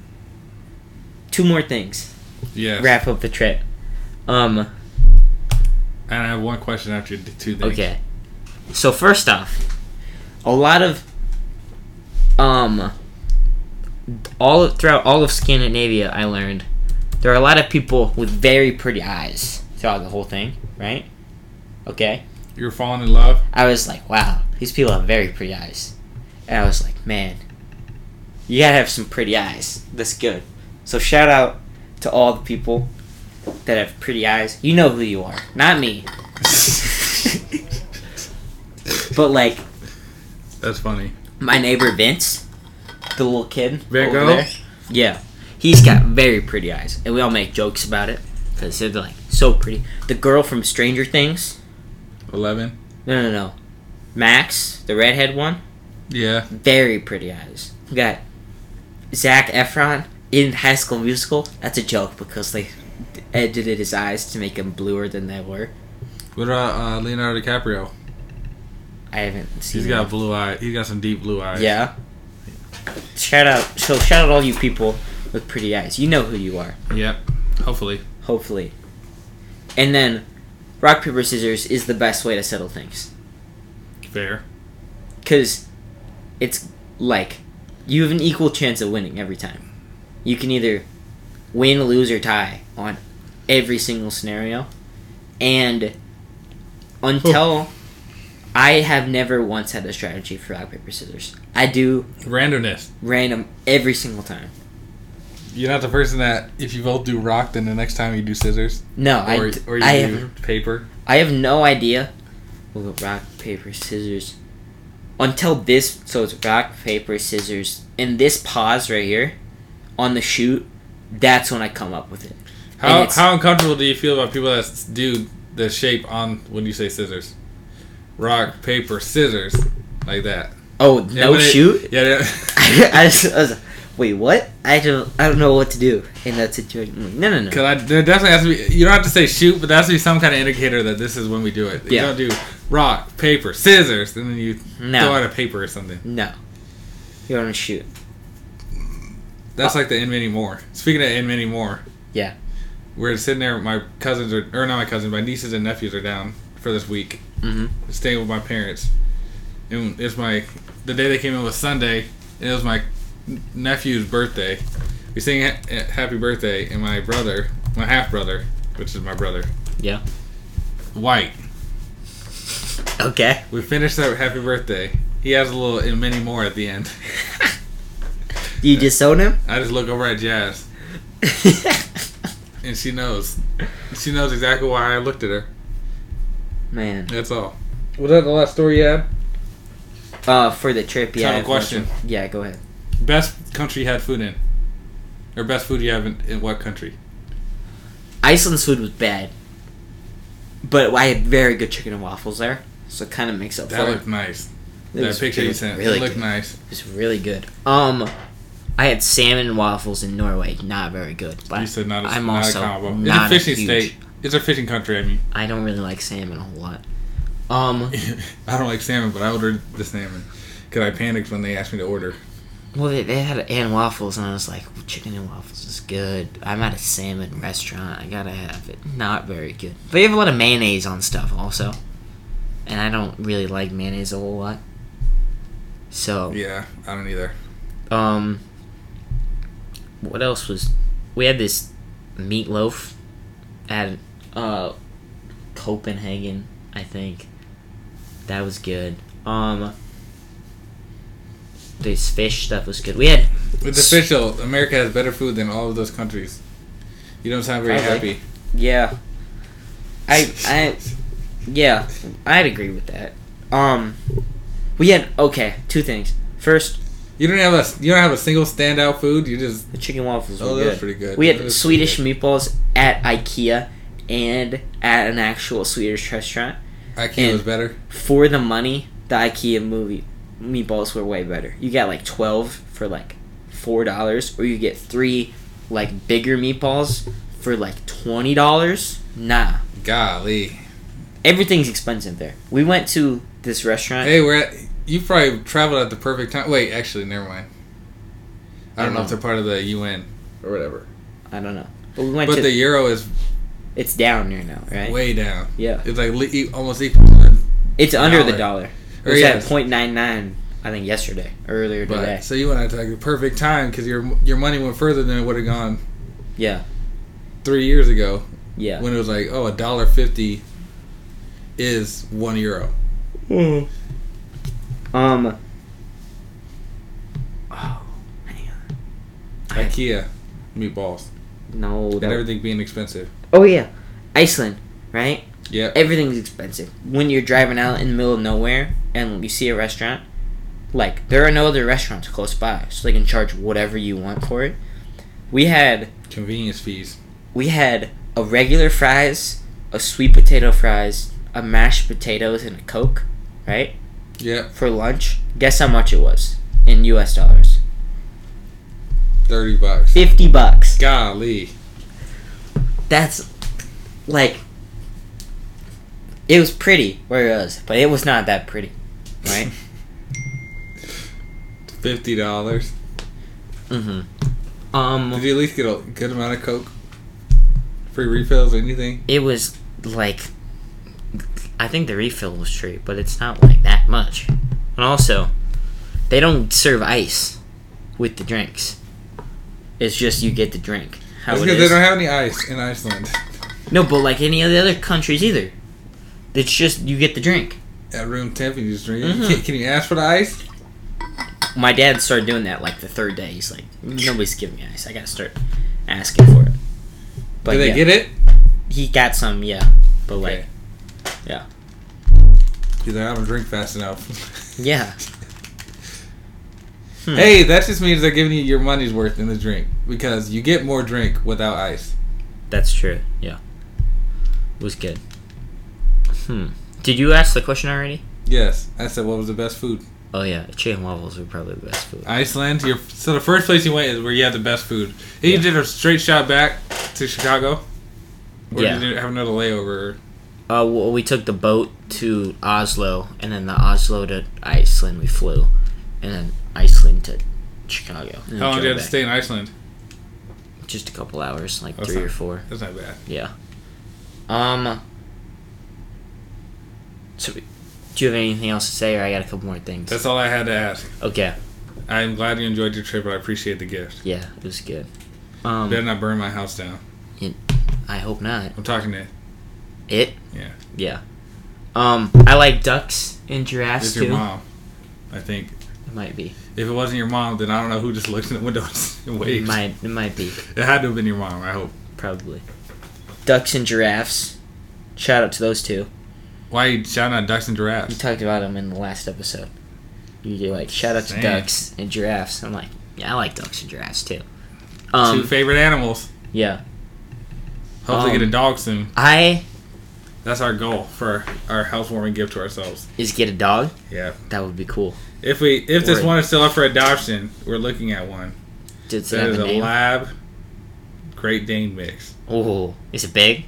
Speaker 1: Two more things.
Speaker 2: Yeah.
Speaker 1: Wrap up the trip. Um
Speaker 2: And I have one question after the two things.
Speaker 1: Okay. So first off, a lot of um all throughout all of Scandinavia I learned there are a lot of people with very pretty eyes throughout the whole thing, right? Okay.
Speaker 2: You're falling in
Speaker 1: <laughs>
Speaker 2: love.
Speaker 1: I was like, wow, these people have very pretty eyes. And I was like, man, you gotta have some pretty eyes. That's good. So shout out to all the people that have pretty eyes. You know who you are, not me. But like
Speaker 2: That's funny.
Speaker 1: my neighbor Vince, the little kid
Speaker 2: Van
Speaker 1: over
Speaker 2: Gogh?
Speaker 1: there, yeah, he's got very pretty eyes, and we all make jokes about it because they're like so pretty. The girl from Stranger Things,
Speaker 2: Eleven.
Speaker 1: no, no, no, Max, the redhead one,
Speaker 2: Yeah.
Speaker 1: very pretty eyes. We got Zach Efron in High School Musical. That's a joke because they edited his eyes to make them bluer than they were.
Speaker 2: What about uh, Leonardo DiCaprio?
Speaker 1: I haven't seen.
Speaker 2: He's
Speaker 1: it.
Speaker 2: got blue eye. He's got some deep blue eyes.
Speaker 1: Yeah. Shout out. So shout out all you people with pretty eyes. You know who you are.
Speaker 2: Yep. Hopefully.
Speaker 1: Hopefully. And then, rock paper scissors is the best way to settle things
Speaker 2: Fair.
Speaker 1: because it's like you have an equal chance of winning every time. You can either win, lose, or tie on every single scenario, and until I have never once had a strategy for rock paper scissors. I do
Speaker 2: Randomness.
Speaker 1: random every single time.
Speaker 2: You're not the person that if you both do rock, then the next time you do scissors
Speaker 1: No, I,
Speaker 2: or,
Speaker 1: d-
Speaker 2: or you
Speaker 1: I
Speaker 2: do
Speaker 1: have
Speaker 2: paper.
Speaker 1: I have no idea. We'll go rock paper scissors. Until this, so it's rock paper scissors, and this pause right here, on the shoot, that's when I come up with it. And
Speaker 2: How
Speaker 1: it's-
Speaker 2: how uncomfortable do you feel about people that s- do the shape on when you say scissors? Rock, paper, scissors, like that.
Speaker 1: Oh
Speaker 2: Yeah,
Speaker 1: no
Speaker 2: when it-
Speaker 1: shoot! <laughs>
Speaker 2: yeah, yeah.
Speaker 1: I, just, I was like, wait, what? I don't I don't know what to do in that situation. I'm like, No, no, no.
Speaker 2: Cause I, there definitely has to be. You don't have to say shoot, but there has to be some kind of indicator that this is when we do it.
Speaker 1: Yeah.
Speaker 2: You don't do rock, paper, scissors, and then you
Speaker 1: No.
Speaker 2: throw out a paper or something.
Speaker 1: No, you don't shoot. Uh,
Speaker 2: That's like the in many more. Speaking of in many more,
Speaker 1: Yeah.
Speaker 2: we're sitting there. My cousins are, or not my cousins, my nieces and nephews are down for this week,
Speaker 1: Mm-hmm.
Speaker 2: staying with my parents. And it's my the day they came in was Sunday, and it was my nephew's birthday. We sang ha- eh, happy birthday, and my brother, my half brother, which is my brother,
Speaker 1: Yeah.
Speaker 2: white.
Speaker 1: Okay. <laughs>
Speaker 2: We finished that happy birthday. He has a little and many more at the end. <laughs>
Speaker 1: You disown him? <laughs>
Speaker 2: I just look over at Jazz, and she knows. She knows exactly why I looked at her.
Speaker 1: Man.
Speaker 2: That's all. Was that the last story you had?
Speaker 1: Uh, for the trip, yeah.
Speaker 2: Time
Speaker 1: I
Speaker 2: of
Speaker 1: have one
Speaker 2: question.
Speaker 1: more. Yeah, go ahead.
Speaker 2: Best country you had food in, or best food you have in, in what country?
Speaker 1: Iceland's food was bad, but I had very good chicken and waffles there, so it kind of makes up
Speaker 2: That
Speaker 1: for
Speaker 2: looked nice.
Speaker 1: it.
Speaker 2: that
Speaker 1: was-
Speaker 2: picture
Speaker 1: it
Speaker 2: you
Speaker 1: was
Speaker 2: sent
Speaker 1: really
Speaker 2: it looked
Speaker 1: good.
Speaker 2: nice.
Speaker 1: It was really good. Um, I had salmon and waffles in Norway. Not very good. But
Speaker 2: You said not a,
Speaker 1: I'm
Speaker 2: not
Speaker 1: also
Speaker 2: a combo.
Speaker 1: not a
Speaker 2: it's a fishing
Speaker 1: huge-
Speaker 2: state. It's a fishing country. I mean, <laughs>
Speaker 1: I don't really like salmon a whole lot. Um,
Speaker 2: I don't like salmon, but I ordered the salmon because I panicked when they asked me to order.
Speaker 1: well, they, they had and waffles, and I was like, well, chicken and waffles is good. I'm at a salmon restaurant. I gotta have it. Not very good. They have a lot of mayonnaise on stuff also, and I don't really like mayonnaise a whole lot. So
Speaker 2: Yeah, I don't either.
Speaker 1: Um, what else was? We had this meatloaf at uh Copenhagen, I think. That was good. Um, this fish stuff was good. We had
Speaker 2: It's official. America has better food than all of those countries. You don't sound very
Speaker 1: Probably.
Speaker 2: happy.
Speaker 1: yeah.
Speaker 2: <laughs>
Speaker 1: I I yeah, I'd agree with that. Um, we had okay two things. First,
Speaker 2: You don't have a you don't have a single standout food. You just
Speaker 1: The chicken waffles were
Speaker 2: Oh, that
Speaker 1: good.
Speaker 2: was pretty good.
Speaker 1: We
Speaker 2: That
Speaker 1: had
Speaker 2: was
Speaker 1: Swedish
Speaker 2: pretty
Speaker 1: meatballs at IKEA and at an actual Swedish restaurant.
Speaker 2: IQ was
Speaker 1: And-
Speaker 2: better.
Speaker 1: For the money, the IKEA movie meatballs were way better. You got like twelve for like four dollars, or you get three like bigger meatballs for like twenty dollars. Nah,
Speaker 2: Golly.
Speaker 1: everything's expensive there. We went to this restaurant.
Speaker 2: Hey, we're at, you probably traveled at the perfect time. Wait, actually, never mind. I don't know if they're part of the UN or whatever.
Speaker 1: I don't know, but we went
Speaker 2: But
Speaker 1: to.
Speaker 2: the euro is
Speaker 1: it's down here now, right?
Speaker 2: way down.
Speaker 1: yeah,
Speaker 2: It's like le- e- almost equal. to it.
Speaker 1: it's under the
Speaker 2: dollar.
Speaker 1: dollar. It
Speaker 2: Or
Speaker 1: was
Speaker 2: Oh, yes.
Speaker 1: at point nine nine. I think yesterday, earlier
Speaker 2: But
Speaker 1: today.
Speaker 2: so you went at like the perfect time because your your money went further than it would have gone
Speaker 1: Yeah,
Speaker 2: three years ago
Speaker 1: yeah.
Speaker 2: when it was like oh a dollar fifty is one euro.
Speaker 1: <sighs> Um. Oh, hang on.
Speaker 2: IKEA meatballs
Speaker 1: No.
Speaker 2: and
Speaker 1: That,
Speaker 2: everything being expensive.
Speaker 1: oh yeah, Iceland, right?
Speaker 2: Yeah.
Speaker 1: everything's expensive. When you're driving out in the middle of nowhere and you see a restaurant, like there are no other restaurants close by, so they can charge whatever you want for it. We had
Speaker 2: Convenience fees.
Speaker 1: we had a regular fries, a sweet potato fries, a mashed potatoes, and a coke, right?
Speaker 2: Yeah.
Speaker 1: For lunch. Guess how much it was in U.S. dollars?
Speaker 2: Thirty bucks.
Speaker 1: Fifty bucks.
Speaker 2: Golly.
Speaker 1: That's like it was pretty where it was, but it was not that pretty, right?
Speaker 2: <laughs> Fifty dollars.
Speaker 1: mm-hmm. Um.
Speaker 2: Did you at least get a good amount of Coke? Free refills, anything?
Speaker 1: it was like I think the refill was free, but it's not like that much. And also, they don't serve ice with the drinks. It's just you get the drink. How
Speaker 2: That's
Speaker 1: it
Speaker 2: because they
Speaker 1: is.
Speaker 2: don't have any ice in Iceland.
Speaker 1: no, but like any of the other countries either. It's just you get the drink.
Speaker 2: At room temp, you just drink it.
Speaker 1: Mhm.
Speaker 2: Can, can you ask for the ice?
Speaker 1: My dad started doing that like the third day. He's like, nobody's giving me ice. I gotta start asking for it. But
Speaker 2: Do they
Speaker 1: yeah,
Speaker 2: get it?
Speaker 1: He got some, yeah. But like,
Speaker 2: Okay.
Speaker 1: yeah.
Speaker 2: He's like, I don't drink fast enough. <laughs>
Speaker 1: yeah. Hmm.
Speaker 2: Hey, that just means they're giving you your money's worth in the drink because you get more drink without ice.
Speaker 1: That's true. Yeah. Was good. Hmm. Did you ask the question already?
Speaker 2: Yes, I said what was the best food?
Speaker 1: Oh yeah, chicken waffles were probably the best food.
Speaker 2: Iceland. Your so the first place you went is where you had the best food. Then you did a straight shot back to Chicago. Or
Speaker 1: Yeah.
Speaker 2: did you have another layover?
Speaker 1: Uh, well, we took the boat to Oslo, and then the Oslo to Iceland we flew, and then Iceland to Chicago. and then
Speaker 2: How long did you
Speaker 1: drove
Speaker 2: have to
Speaker 1: back.
Speaker 2: stay in Iceland?
Speaker 1: Just a couple hours, like
Speaker 2: That's
Speaker 1: three
Speaker 2: not-
Speaker 1: or four.
Speaker 2: That's not bad.
Speaker 1: Yeah. Um. So, we- do you have anything else to say, or I got a couple more things?
Speaker 2: That's all I had to ask.
Speaker 1: okay.
Speaker 2: I'm glad you enjoyed your trip, and I appreciate the gift.
Speaker 1: Yeah, it was good. Um,
Speaker 2: Better not burn my house down.
Speaker 1: I hope not.
Speaker 2: I'm talking to
Speaker 1: It
Speaker 2: yeah.
Speaker 1: Yeah. Um, I like ducks and giraffes
Speaker 2: It's
Speaker 1: too.
Speaker 2: your mom. I think
Speaker 1: It might be.
Speaker 2: if it wasn't your mom, then I don't know who just looked in the window <laughs> and
Speaker 1: It
Speaker 2: waved.
Speaker 1: might. It might be.
Speaker 2: It had to have been your mom. I hope.
Speaker 1: Probably. Ducks and giraffes. Shout out to those two.
Speaker 2: Why you shouting out ducks and
Speaker 1: You
Speaker 2: giraffes?
Speaker 1: talked about them in the last episode. You did like shout out to
Speaker 2: Same.
Speaker 1: ducks and giraffes. I'm like, yeah, I like ducks and giraffes too.
Speaker 2: Two
Speaker 1: Um,
Speaker 2: favorite animals.
Speaker 1: yeah.
Speaker 2: Hopefully,
Speaker 1: um,
Speaker 2: get a dog soon.
Speaker 1: I
Speaker 2: That's our goal for our housewarming gift to ourselves.
Speaker 1: is get a dog.
Speaker 2: Yeah.
Speaker 1: That would be cool.
Speaker 2: If we if this
Speaker 1: Or-
Speaker 2: one is still up for adoption, we're looking at one.
Speaker 1: Did it
Speaker 2: That
Speaker 1: have
Speaker 2: is
Speaker 1: a
Speaker 2: a
Speaker 1: name?
Speaker 2: lab Great Dane mix.
Speaker 1: Oh, is it big?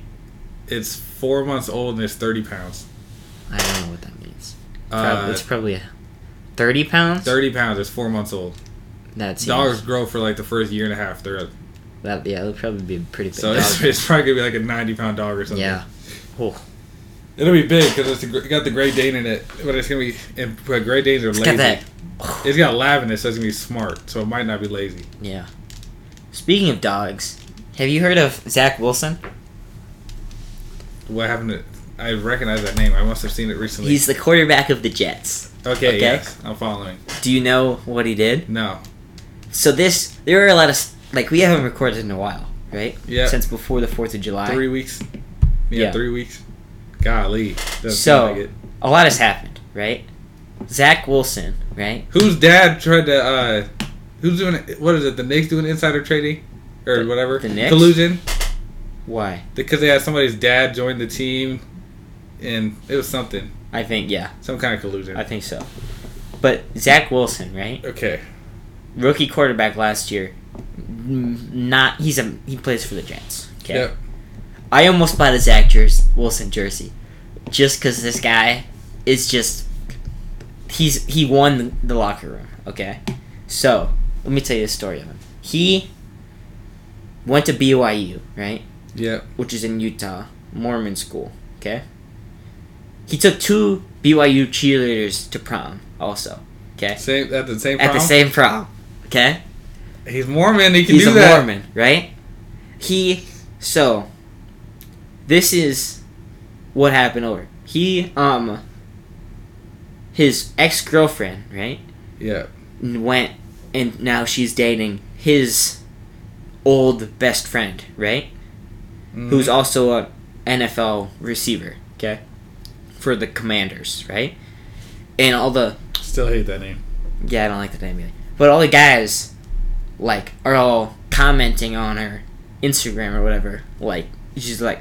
Speaker 2: It's four months old and it's thirty pounds.
Speaker 1: I don't know what that means. Prob-
Speaker 2: Uh,
Speaker 1: it's probably a thirty pounds.
Speaker 2: thirty pounds. It's four months old.
Speaker 1: That's
Speaker 2: Dogs grow for like the first year and a half. They're
Speaker 1: That yeah, that'd probably be a pretty big
Speaker 2: so
Speaker 1: dog.
Speaker 2: <laughs> it's, it's probably gonna be like a ninety pound dog or something.
Speaker 1: Yeah. Oh,
Speaker 2: it'll be big because it's a, gr- got the Great Dane in it, but it's gonna be. And, but Great Danes are
Speaker 1: it's
Speaker 2: lazy.
Speaker 1: got that.
Speaker 2: It's got lab in it, so it's gonna be smart. So it might not be lazy.
Speaker 1: Yeah. Speaking of dogs, have you heard of Zach Wilson?
Speaker 2: What happened to? I recognize that name. I must have seen it recently.
Speaker 1: He's the quarterback of the Jets.
Speaker 2: okay,
Speaker 1: okay.
Speaker 2: Yes, I'm following.
Speaker 1: Do you know what he did?
Speaker 2: No.
Speaker 1: So this, there are a lot of s- like we haven't recorded in a while, right?
Speaker 2: Yeah.
Speaker 1: Since before the Fourth of July,
Speaker 2: Three weeks. Yeah,
Speaker 1: Yeah.
Speaker 2: three weeks. Golly. Doesn't
Speaker 1: So-
Speaker 2: seem like it.
Speaker 1: a lot has happened, right? Zach Wilson, right?
Speaker 2: whose dad tried to? uh Who's doing? What is it? The Knicks doing insider trading or
Speaker 1: The-
Speaker 2: whatever?
Speaker 1: the Knicks?
Speaker 2: Collusion
Speaker 1: Why?
Speaker 2: because they had somebody's dad join the team, and it was something,
Speaker 1: I think yeah,
Speaker 2: some kind of collusion.
Speaker 1: I think so. But Zach Wilson, right?
Speaker 2: okay.
Speaker 1: Rookie quarterback last year. N- Not he's a he plays for the Jets. Okay.
Speaker 2: Yep.
Speaker 1: I almost bought a Zach Jers- Wilson jersey just because this guy is just he's he won the locker room. Okay, so let me tell you the story of him. He went to BYU, right,
Speaker 2: Yep.
Speaker 1: which is in Utah, Mormon school. Okay, he took two BYU cheerleaders to prom, also. Okay,
Speaker 2: Same at the same.
Speaker 1: at the
Speaker 2: prom?
Speaker 1: same prom. Okay,
Speaker 2: He's Mormon. He can
Speaker 1: he's
Speaker 2: do
Speaker 1: a
Speaker 2: that.
Speaker 1: Mormon, right? He so this is what happened over. He um his ex girlfriend, right?
Speaker 2: Yeah.
Speaker 1: n- Went and now she's dating his old best friend, right?
Speaker 2: Mhm.
Speaker 1: Who's also a NFL receiver. Okay. For the commanders, right? And all the
Speaker 2: Still hate that name.
Speaker 1: yeah, I don't like the name either. But all the guys like are all commenting on her Instagram or whatever. Like she's like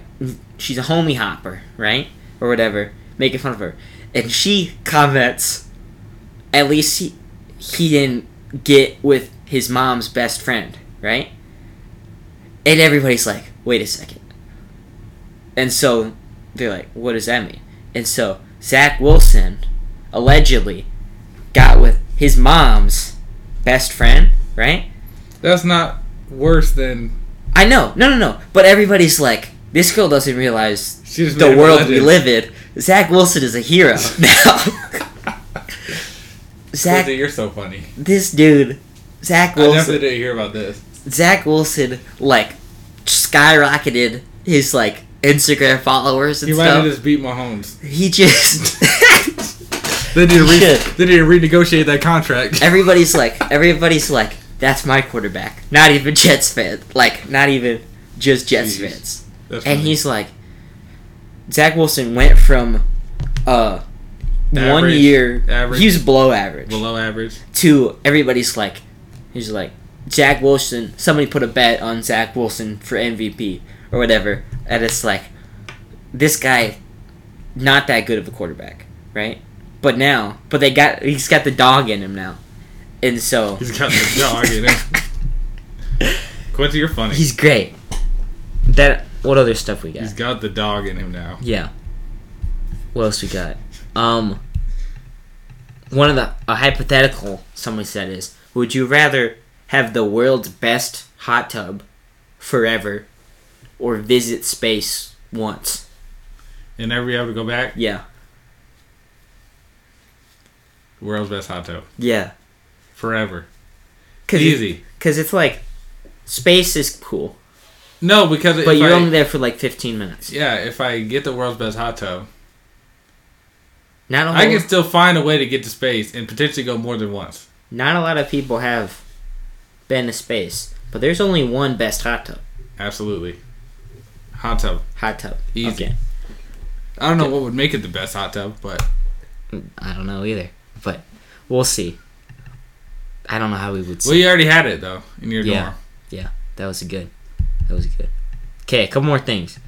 Speaker 1: she's a homie hopper, right? Or whatever, making fun of her. And she comments at least he he didn't get with his mom's best friend, right? And everybody's like, wait a second. And so they're like, what does that mean? And so Zach Wilson allegedly got with his mom's best friend, right?
Speaker 2: That's not worse than
Speaker 1: I know, no, no, no. But everybody's like, this girl doesn't realize
Speaker 2: she just
Speaker 1: the
Speaker 2: made up a
Speaker 1: world we
Speaker 2: legend.
Speaker 1: live in. Zach Wilson is a
Speaker 2: <laughs>
Speaker 1: hero now.
Speaker 2: Lindsay,
Speaker 1: Zach,
Speaker 2: you're so funny.
Speaker 1: this dude, Zach
Speaker 2: I
Speaker 1: Wilson,
Speaker 2: definitely didn't hear about this.
Speaker 1: Zach Wilson, like skyrocketed his like Instagram followers and
Speaker 2: He might have
Speaker 1: stuff.
Speaker 2: just beat Mahomes.
Speaker 1: He just. <laughs>
Speaker 2: They need to re-
Speaker 1: Shit.
Speaker 2: they need to renegotiate that contract.
Speaker 1: everybody's like everybody's like that's my quarterback not even jets fan like not even just jets
Speaker 2: Jeez.
Speaker 1: fans
Speaker 2: That's
Speaker 1: and
Speaker 2: funny.
Speaker 1: he's like zach wilson went from uh one
Speaker 2: Average.
Speaker 1: year
Speaker 2: Average.
Speaker 1: he was below average
Speaker 2: below average.
Speaker 1: to everybody's like he's like zach wilson somebody put a bet on zach wilson for mvp or whatever and it's like this guy not that good of a quarterback right but now but they got he's got the dog in him now and so
Speaker 2: He's got the dog in him.
Speaker 1: <laughs>
Speaker 2: Quincy, you're funny.
Speaker 1: He's great. That what other stuff we got?
Speaker 2: He's got the dog in him now.
Speaker 1: yeah. What else we got? Um one of the a hypothetical somebody said is would you rather have the world's best hot tub forever or visit space once?
Speaker 2: And never be able to go back.
Speaker 1: Yeah.
Speaker 2: World's best hot tub.
Speaker 1: Yeah.
Speaker 2: Forever.
Speaker 1: Cause
Speaker 2: Easy.
Speaker 1: Because it's like space is cool.
Speaker 2: No, because
Speaker 1: But
Speaker 2: if
Speaker 1: you're
Speaker 2: I,
Speaker 1: only there for like fifteen minutes.
Speaker 2: yeah, if I get the world's best hot tub,
Speaker 1: Uh-huh. Not a
Speaker 2: I
Speaker 1: whole,
Speaker 2: can still find a way to get to space and potentially go more than once.
Speaker 1: not a lot of people have been to space. But there's only one best hot tub.
Speaker 2: Absolutely. Hot tub.
Speaker 1: Hot tub.
Speaker 2: Easy.
Speaker 1: Okay.
Speaker 2: I don't know what would make it the best hot tub, but
Speaker 1: I don't know either, but we'll see. I don't know how we would see.
Speaker 2: well, you already had it though in your
Speaker 1: Yeah.
Speaker 2: dorm.
Speaker 1: yeah, that was good. That was good. Okay, a couple more things.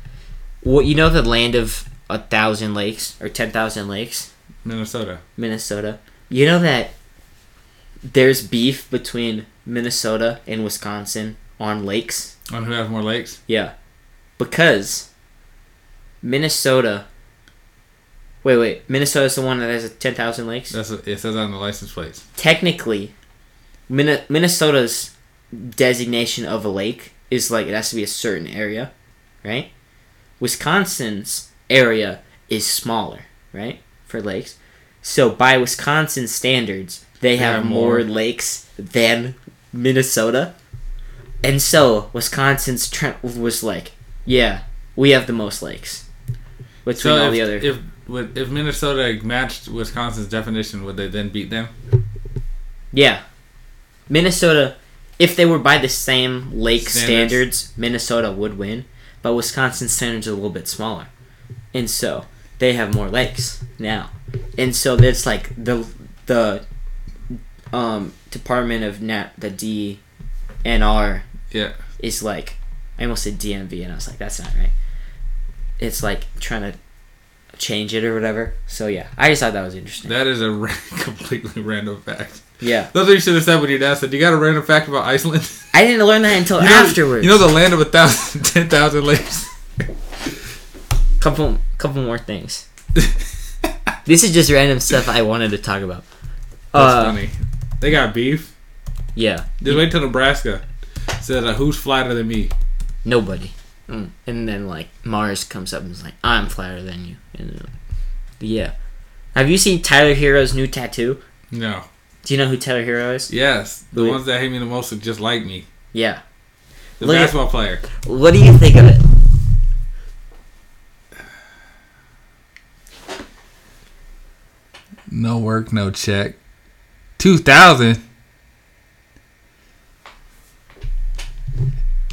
Speaker 1: What you know the land of a thousand lakes or ten thousand lakes,
Speaker 2: Minnesota.
Speaker 1: Minnesota. You know that there's beef between Minnesota and Wisconsin on lakes.
Speaker 2: On who has more lakes?
Speaker 1: Yeah. Because Minnesota. Wait, wait. Minnesota's the one that has a 10,000 lakes?
Speaker 2: That's what it says on the license plates.
Speaker 1: technically, Min- Minnesota's designation of a lake is like it has to be a certain area, right? Wisconsin's area is smaller, right, for lakes. So by Wisconsin standards, they have,
Speaker 2: have
Speaker 1: more
Speaker 2: more.
Speaker 1: lakes than Minnesota, and so Wisconsin's trend was like, yeah, we have the most lakes between
Speaker 2: So
Speaker 1: all
Speaker 2: if,
Speaker 1: the other.
Speaker 2: if would- if Minnesota matched Wisconsin's definition, would they then beat them?
Speaker 1: Yeah. Minnesota, if they were by the same lake standards,
Speaker 2: Standards.
Speaker 1: Minnesota would win, but Wisconsin's standards are a little bit smaller. And so they have more lakes now. And so that's like the the um Department of Nat the D N R
Speaker 2: Yeah.
Speaker 1: is like I almost said DMV and I was like that's not right. It's like trying to change it or whatever. So yeah, I just thought that was interesting.
Speaker 2: That is a <laughs> ra- completely random fact.
Speaker 1: yeah.
Speaker 2: That's what you should have said when your dad said, You got a random fact about
Speaker 1: <laughs>
Speaker 2: Iceland?
Speaker 1: I didn't learn that until
Speaker 2: You know-
Speaker 1: afterwards.
Speaker 2: You know the land of a thousand, <laughs> ten thousand lakes?
Speaker 1: couple couple more things. this is just random stuff I wanted to talk about.
Speaker 2: That's
Speaker 1: Uh,
Speaker 2: funny. They got beef.
Speaker 1: Yeah,
Speaker 2: Just wait till Nebraska says, uh, Who's flatter than me?
Speaker 1: nobody.
Speaker 2: Hmm.
Speaker 1: Mm. And then like Mars comes up and is like, "I'm flatter than you." And then, yeah, have you seen Tyler Hero's new tattoo?
Speaker 2: No.
Speaker 1: Do you know who Tyler Hero is?
Speaker 2: Yes. The
Speaker 1: Wait.
Speaker 2: ones that hate me the most look just like me.
Speaker 1: Yeah.
Speaker 2: The
Speaker 1: Look at-
Speaker 2: basketball player.
Speaker 1: What do you think of it? <laughs>
Speaker 2: No work, no check. 2000.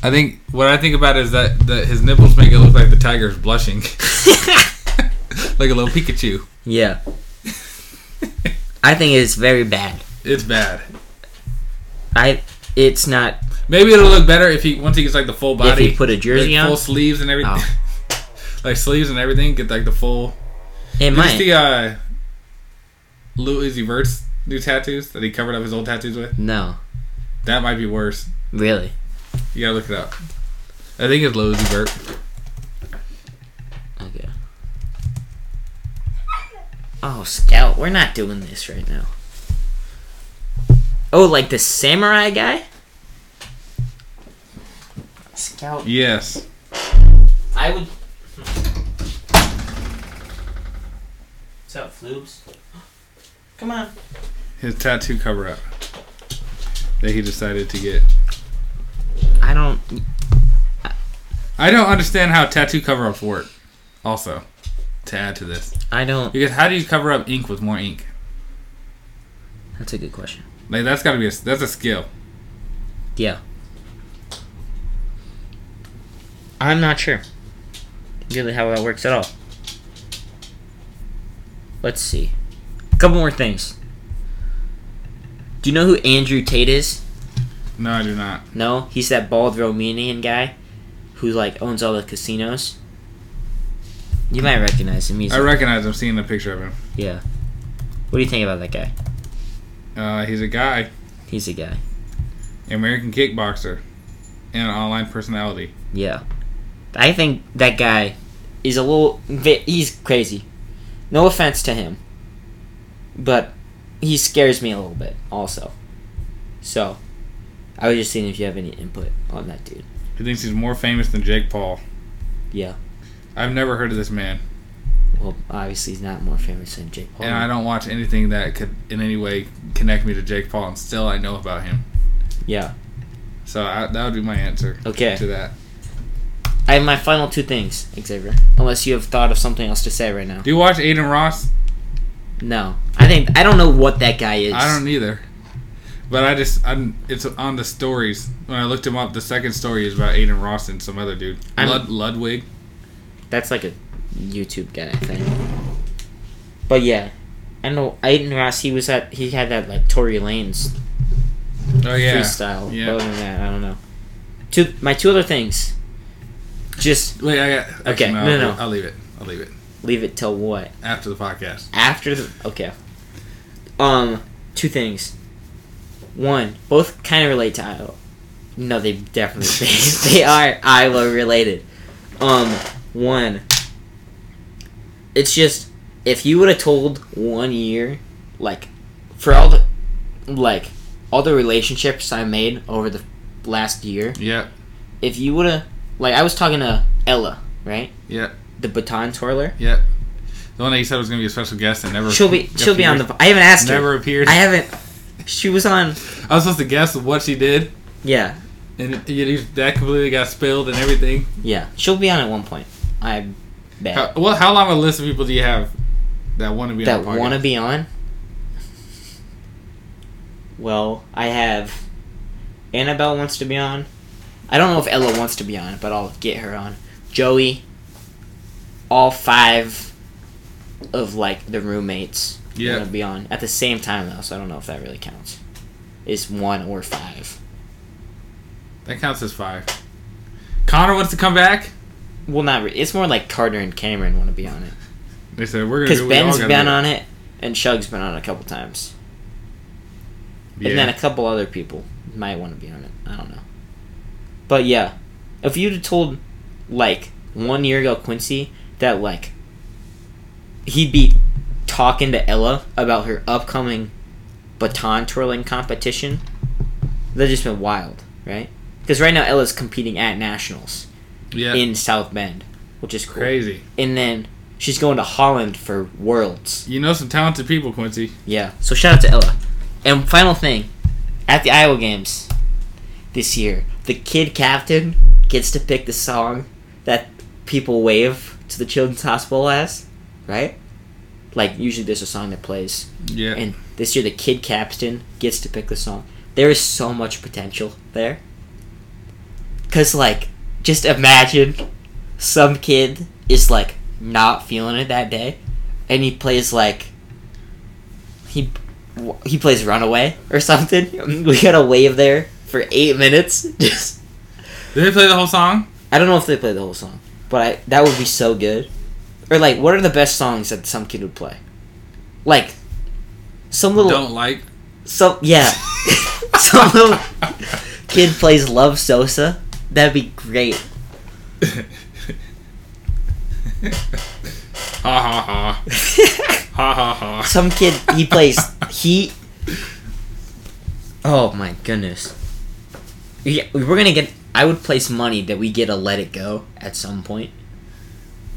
Speaker 2: I think what I think about is that the, his nipples make it look like the tiger's blushing. <laughs> like a little Pikachu. <laughs>
Speaker 1: Yeah. I think it's very bad.
Speaker 2: It's bad.
Speaker 1: I it's not
Speaker 2: Maybe it'll look better if he once he gets like the full
Speaker 1: if
Speaker 2: body,
Speaker 1: you put a jersey
Speaker 2: like,
Speaker 1: on.
Speaker 2: full sleeves and everything,
Speaker 1: Oh.
Speaker 2: <laughs> like sleeves and everything. Get like the full.
Speaker 1: It
Speaker 2: Did you
Speaker 1: might.
Speaker 2: see uh, Lil Uzi Vert's new tattoos that he covered up his old tattoos with?
Speaker 1: no,
Speaker 2: That might be worse.
Speaker 1: really.
Speaker 2: You gotta look it up. I think it's Lil Uzi Vert.
Speaker 1: Okay. Oh, Scout, we're not doing this right now. Oh, like the samurai guy? Scout.
Speaker 2: Yes.
Speaker 1: I would. What's up, Floobs? Come on.
Speaker 2: His tattoo cover up that he decided to get.
Speaker 1: I don't.
Speaker 2: I don't understand how tattoo cover ups work. Also, to add to this,
Speaker 1: I don't.
Speaker 2: because how do you cover up ink with more ink?
Speaker 1: That's a good question.
Speaker 2: Like that's gotta be a, that's a skill.
Speaker 1: Yeah. I'm not sure really how that works at all. Let's see. A couple more things. Do you know who Andrew Tate is?
Speaker 2: No, I do not.
Speaker 1: No, he's that bald Romanian guy who like owns all the casinos. You might recognize him. He's
Speaker 2: I recognize him seeing a picture of him.
Speaker 1: yeah. What do you think about that guy?
Speaker 2: Uh, he's a guy,
Speaker 1: He's a guy.
Speaker 2: American kickboxer, and an online personality.
Speaker 1: Yeah. I think that guy is a little. vi- He's crazy. No offense to him. But he scares me a little bit, also. So, I was just seeing if you have any input on that dude.
Speaker 2: He thinks he's more famous than Jake Paul.
Speaker 1: Yeah.
Speaker 2: I've never heard of this man,
Speaker 1: Well, obviously, he's not more famous than Jake Paul.
Speaker 2: and I don't watch anything that could in any way connect me to Jake Paul, and still I know about him.
Speaker 1: Yeah.
Speaker 2: So I, that would be my answer
Speaker 1: Okay.
Speaker 2: to that.
Speaker 1: I have my final two things, Xavier. Unless you have thought of something else to say right now.
Speaker 2: Do you watch Aiden Ross?
Speaker 1: No. I think. I don't know what that guy is.
Speaker 2: I don't either. But I just I'm, it's on the stories. When I looked him up, the second story is about Aiden Ross and some other dude,
Speaker 1: I'm-
Speaker 2: Lud, Ludwig.
Speaker 1: That's like a YouTube guy, I think. But yeah, I know Aiden Ross. He was at he had that like Tory Lanez
Speaker 2: Oh yeah,
Speaker 1: freestyle.
Speaker 2: Yeah.
Speaker 1: Other than that, I don't know. Two my two other things. Just
Speaker 2: Wait, I got. actually,
Speaker 1: Okay, no,
Speaker 2: I'll-
Speaker 1: no, no.
Speaker 2: I'll leave it. I'll leave it
Speaker 1: leave it till what
Speaker 2: after the podcast.
Speaker 1: after the okay. Um, two things. One, both kind of relate to Iowa. No, they definitely <laughs> they, they are Iowa related. Um, one. It's just if you would have told one year, like, for all the, like, all the relationships I made over the last year,
Speaker 2: Yep.
Speaker 1: if you would have, like, I was talking to Ella, right,
Speaker 2: Yep.
Speaker 1: the baton twirler.
Speaker 2: Yep. The one that you said was going to be a special guest and never.
Speaker 1: She'll be she'll be on the. I haven't asked her.
Speaker 2: Never appeared.
Speaker 1: I
Speaker 2: I,
Speaker 1: haven't. She was on.
Speaker 2: was supposed to guess what she did,
Speaker 1: Yeah,
Speaker 2: and it, it- that completely got spilled and everything.
Speaker 1: yeah. She'll be on at one point. I bet
Speaker 2: How, well, how long of a list of people do you have that want to be
Speaker 1: that
Speaker 2: on the podcast?
Speaker 1: want to be on. Well, I have. Annabelle wants to be on. I don't know if Ella wants to be on, but I'll get her on. Joey. All five of like the roommates
Speaker 2: Yeah.
Speaker 1: want to be on at the same time though, so I don't know if that really counts. It's one or five.
Speaker 2: That counts as five. Connor wants to come back.
Speaker 1: Well, not. Re- it's more like Carter and Cameron want to be on it.
Speaker 2: They said we're going
Speaker 1: Because
Speaker 2: to.
Speaker 1: Ben's
Speaker 2: gotta
Speaker 1: been
Speaker 2: do
Speaker 1: on it, and Shug's been on it a couple times,
Speaker 2: Yeah.
Speaker 1: and then a couple other people might want to be on it. I don't know, but yeah, if you'd have told like one year ago Quincy that like he'd be talking to Ella about her upcoming baton twirling competition, that'd just been wild, right? Because right now Ella's competing at nationals
Speaker 2: yeah.
Speaker 1: in South Bend, which is cool.
Speaker 2: Crazy.
Speaker 1: and then she's going to Holland for Worlds.
Speaker 2: You know some talented people, Quincy.
Speaker 1: Yeah. So shout out to Ella. And final thing, at the Iowa games this year, the kid captain gets to pick the song that people wave to the children's hospital as, right? Like usually there's a song that plays,
Speaker 2: Yeah.
Speaker 1: and this year the kid captain gets to pick the song. There is so much potential there. Cause like, just imagine some kid is like not feeling it that day, and he plays like he wh- he plays Runaway or something. <laughs> We got a wave there for eight minutes. <laughs> Just
Speaker 2: Did they play the whole song?
Speaker 1: I don't know if they play the whole song, but I that would be so good. Or like, what are the best songs that some kid would play? Like some little
Speaker 2: Don't like. <laughs>
Speaker 1: some yeah <laughs> some little kid plays Love Sosa. That'd be great.
Speaker 2: ha ha ha. Ha ha ha.
Speaker 1: some kid he plays he oh my goodness yeah we we're gonna get i would place money that we get a let it go at some point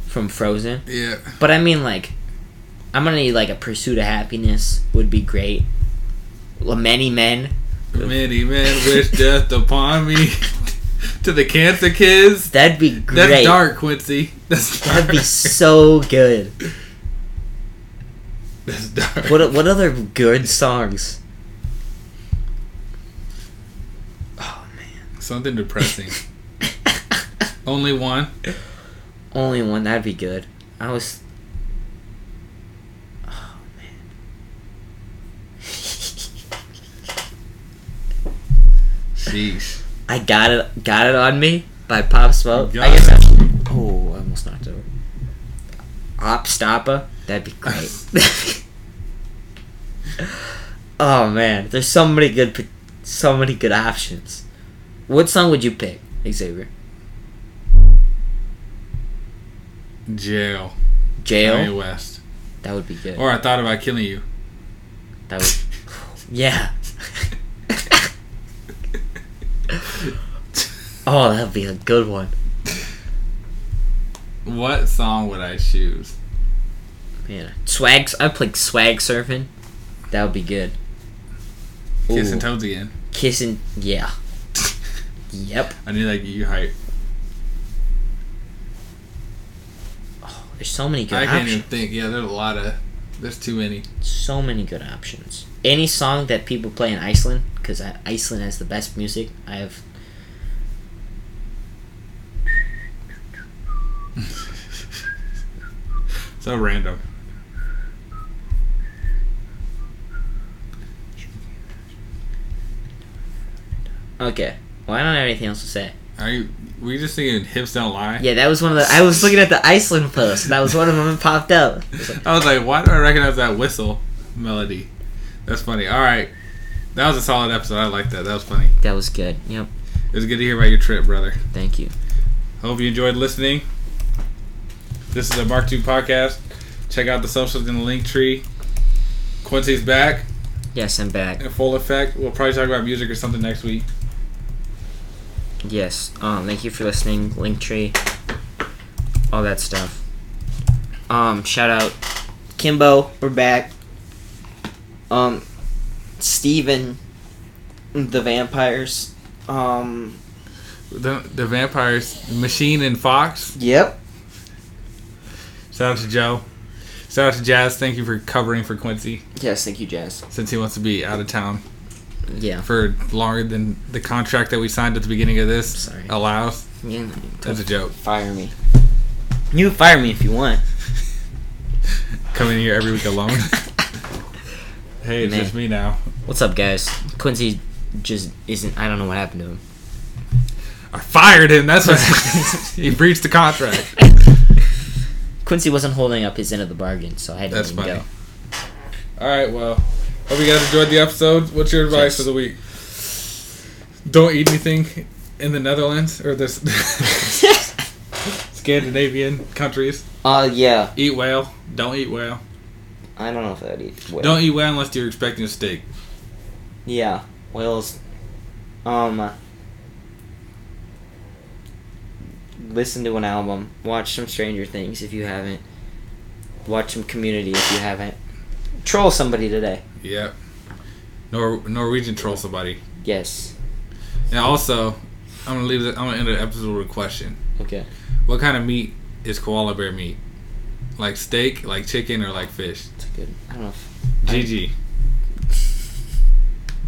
Speaker 1: from frozen
Speaker 2: Yeah.
Speaker 1: but i mean like i'm gonna need like a pursuit of happiness would be great Well, many men
Speaker 2: Many men wish death upon me. <laughs> to the cancer kids.
Speaker 1: that'd be
Speaker 2: That's
Speaker 1: great
Speaker 2: dark, Quincy. That's dark.
Speaker 1: that'd be so good
Speaker 2: <laughs> That's dark.
Speaker 1: what what other good songs oh <laughs>
Speaker 2: Something depressing.
Speaker 1: man
Speaker 2: Only one.
Speaker 1: <laughs> Only one that'd be good. I was. Oh man.
Speaker 2: Sheesh.
Speaker 1: I got it. Got it on me by Pop Smoke.
Speaker 2: You
Speaker 1: I guess
Speaker 2: got
Speaker 1: that's. Oh, I almost knocked it over. Op Stoppa. That'd be great. <laughs> oh man, there's so many good, p- so many good options. What song would you pick, Xavier?
Speaker 2: Jail. Kanye
Speaker 1: Jail.
Speaker 2: West.
Speaker 1: That would be good.
Speaker 2: Or I thought about killing you.
Speaker 1: That would. <sighs>
Speaker 2: <laughs>
Speaker 1: Yeah. <laughs> oh, that'd be a good one.
Speaker 2: What song would I choose?
Speaker 1: Man, swags. I played swag surfing. That would be good.
Speaker 2: Kissing
Speaker 1: Ooh,
Speaker 2: Toads again.
Speaker 1: Kissing.
Speaker 2: <laughs>
Speaker 1: Yeah. Yep.
Speaker 2: I need that get you hype.
Speaker 1: There's so many good
Speaker 2: I can't even
Speaker 1: options.
Speaker 2: think. Yeah, there's a lot of. There's too many.
Speaker 1: So many good options. Any song that people play in Iceland, because Iceland has the best music. I have.
Speaker 2: So random.
Speaker 1: Okay. Well, I don't have anything else to say.
Speaker 2: Are you? Were you just thinking hips don't lie?
Speaker 1: Yeah, that was one of the. I was looking at the Iceland post, and that was one of them that popped up.
Speaker 2: I was like, why do I recognize that whistle melody? That's funny. All right, that was a solid episode. I like that. That was funny.
Speaker 1: That was good. Yep.
Speaker 2: It was good to hear about your trip, brother.
Speaker 1: Thank you.
Speaker 2: Hope you enjoyed listening. This is a Mark Two podcast. Check out the socials in the link tree. Quincy's back
Speaker 1: Yes, I'm back.
Speaker 2: in full effect. We'll probably talk about music or something next week.
Speaker 1: Yes. Um, thank you for listening, Linktree, all that stuff. Um, shout out Kimbo, we're back. Um, Steven, the vampires. Um,
Speaker 2: The, the vampires, Machine and Fox.
Speaker 1: yep.
Speaker 2: Shout out to Joe. Shout out to Jazz. Thank you for covering for Quincy
Speaker 1: Yes, thank you, Jazz.
Speaker 2: since he wants to be out of town.
Speaker 1: Yeah.
Speaker 2: for longer than the contract that we signed at the beginning of this
Speaker 1: Sorry.
Speaker 2: allows.
Speaker 1: yeah
Speaker 2: That's a joke.
Speaker 1: fire me. You can fire me if you want. <laughs>
Speaker 2: Coming here every week alone. hey, it's
Speaker 1: Man.
Speaker 2: just me now.
Speaker 1: What's up, guys? Quincy just isn't. I don't know what happened to him.
Speaker 2: I fired him. That's <laughs> what he breached the contract. <laughs>
Speaker 1: Quincy wasn't holding up his end of the bargain, so I had to
Speaker 2: That's
Speaker 1: let him
Speaker 2: funny.
Speaker 1: go.
Speaker 2: All right. Well, hope you guys enjoyed the episode. What's your
Speaker 1: Thanks.
Speaker 2: advice for the week? Don't eat anything in the Netherlands
Speaker 1: <laughs>
Speaker 2: or this Scandinavian countries.
Speaker 1: <laughs> Uh, yeah.
Speaker 2: Eat whale. Don't eat whale.
Speaker 1: I don't know if that'd eat. whale.
Speaker 2: Don't eat whale unless you're expecting a steak.
Speaker 1: Yeah, whales. Um. Listen to an album. Watch some Stranger Things if you haven't. Watch some Community if you haven't. Troll somebody today.
Speaker 2: Yep. Nor- Norwegian troll somebody.
Speaker 1: Yes.
Speaker 2: And also, I'm gonna leave. The, I'm gonna end the episode with a question:
Speaker 1: Okay.
Speaker 2: What kind of meat is koala bear meat? Like steak, like chicken, or like fish?
Speaker 1: That's good. I don't know. If,
Speaker 2: GG.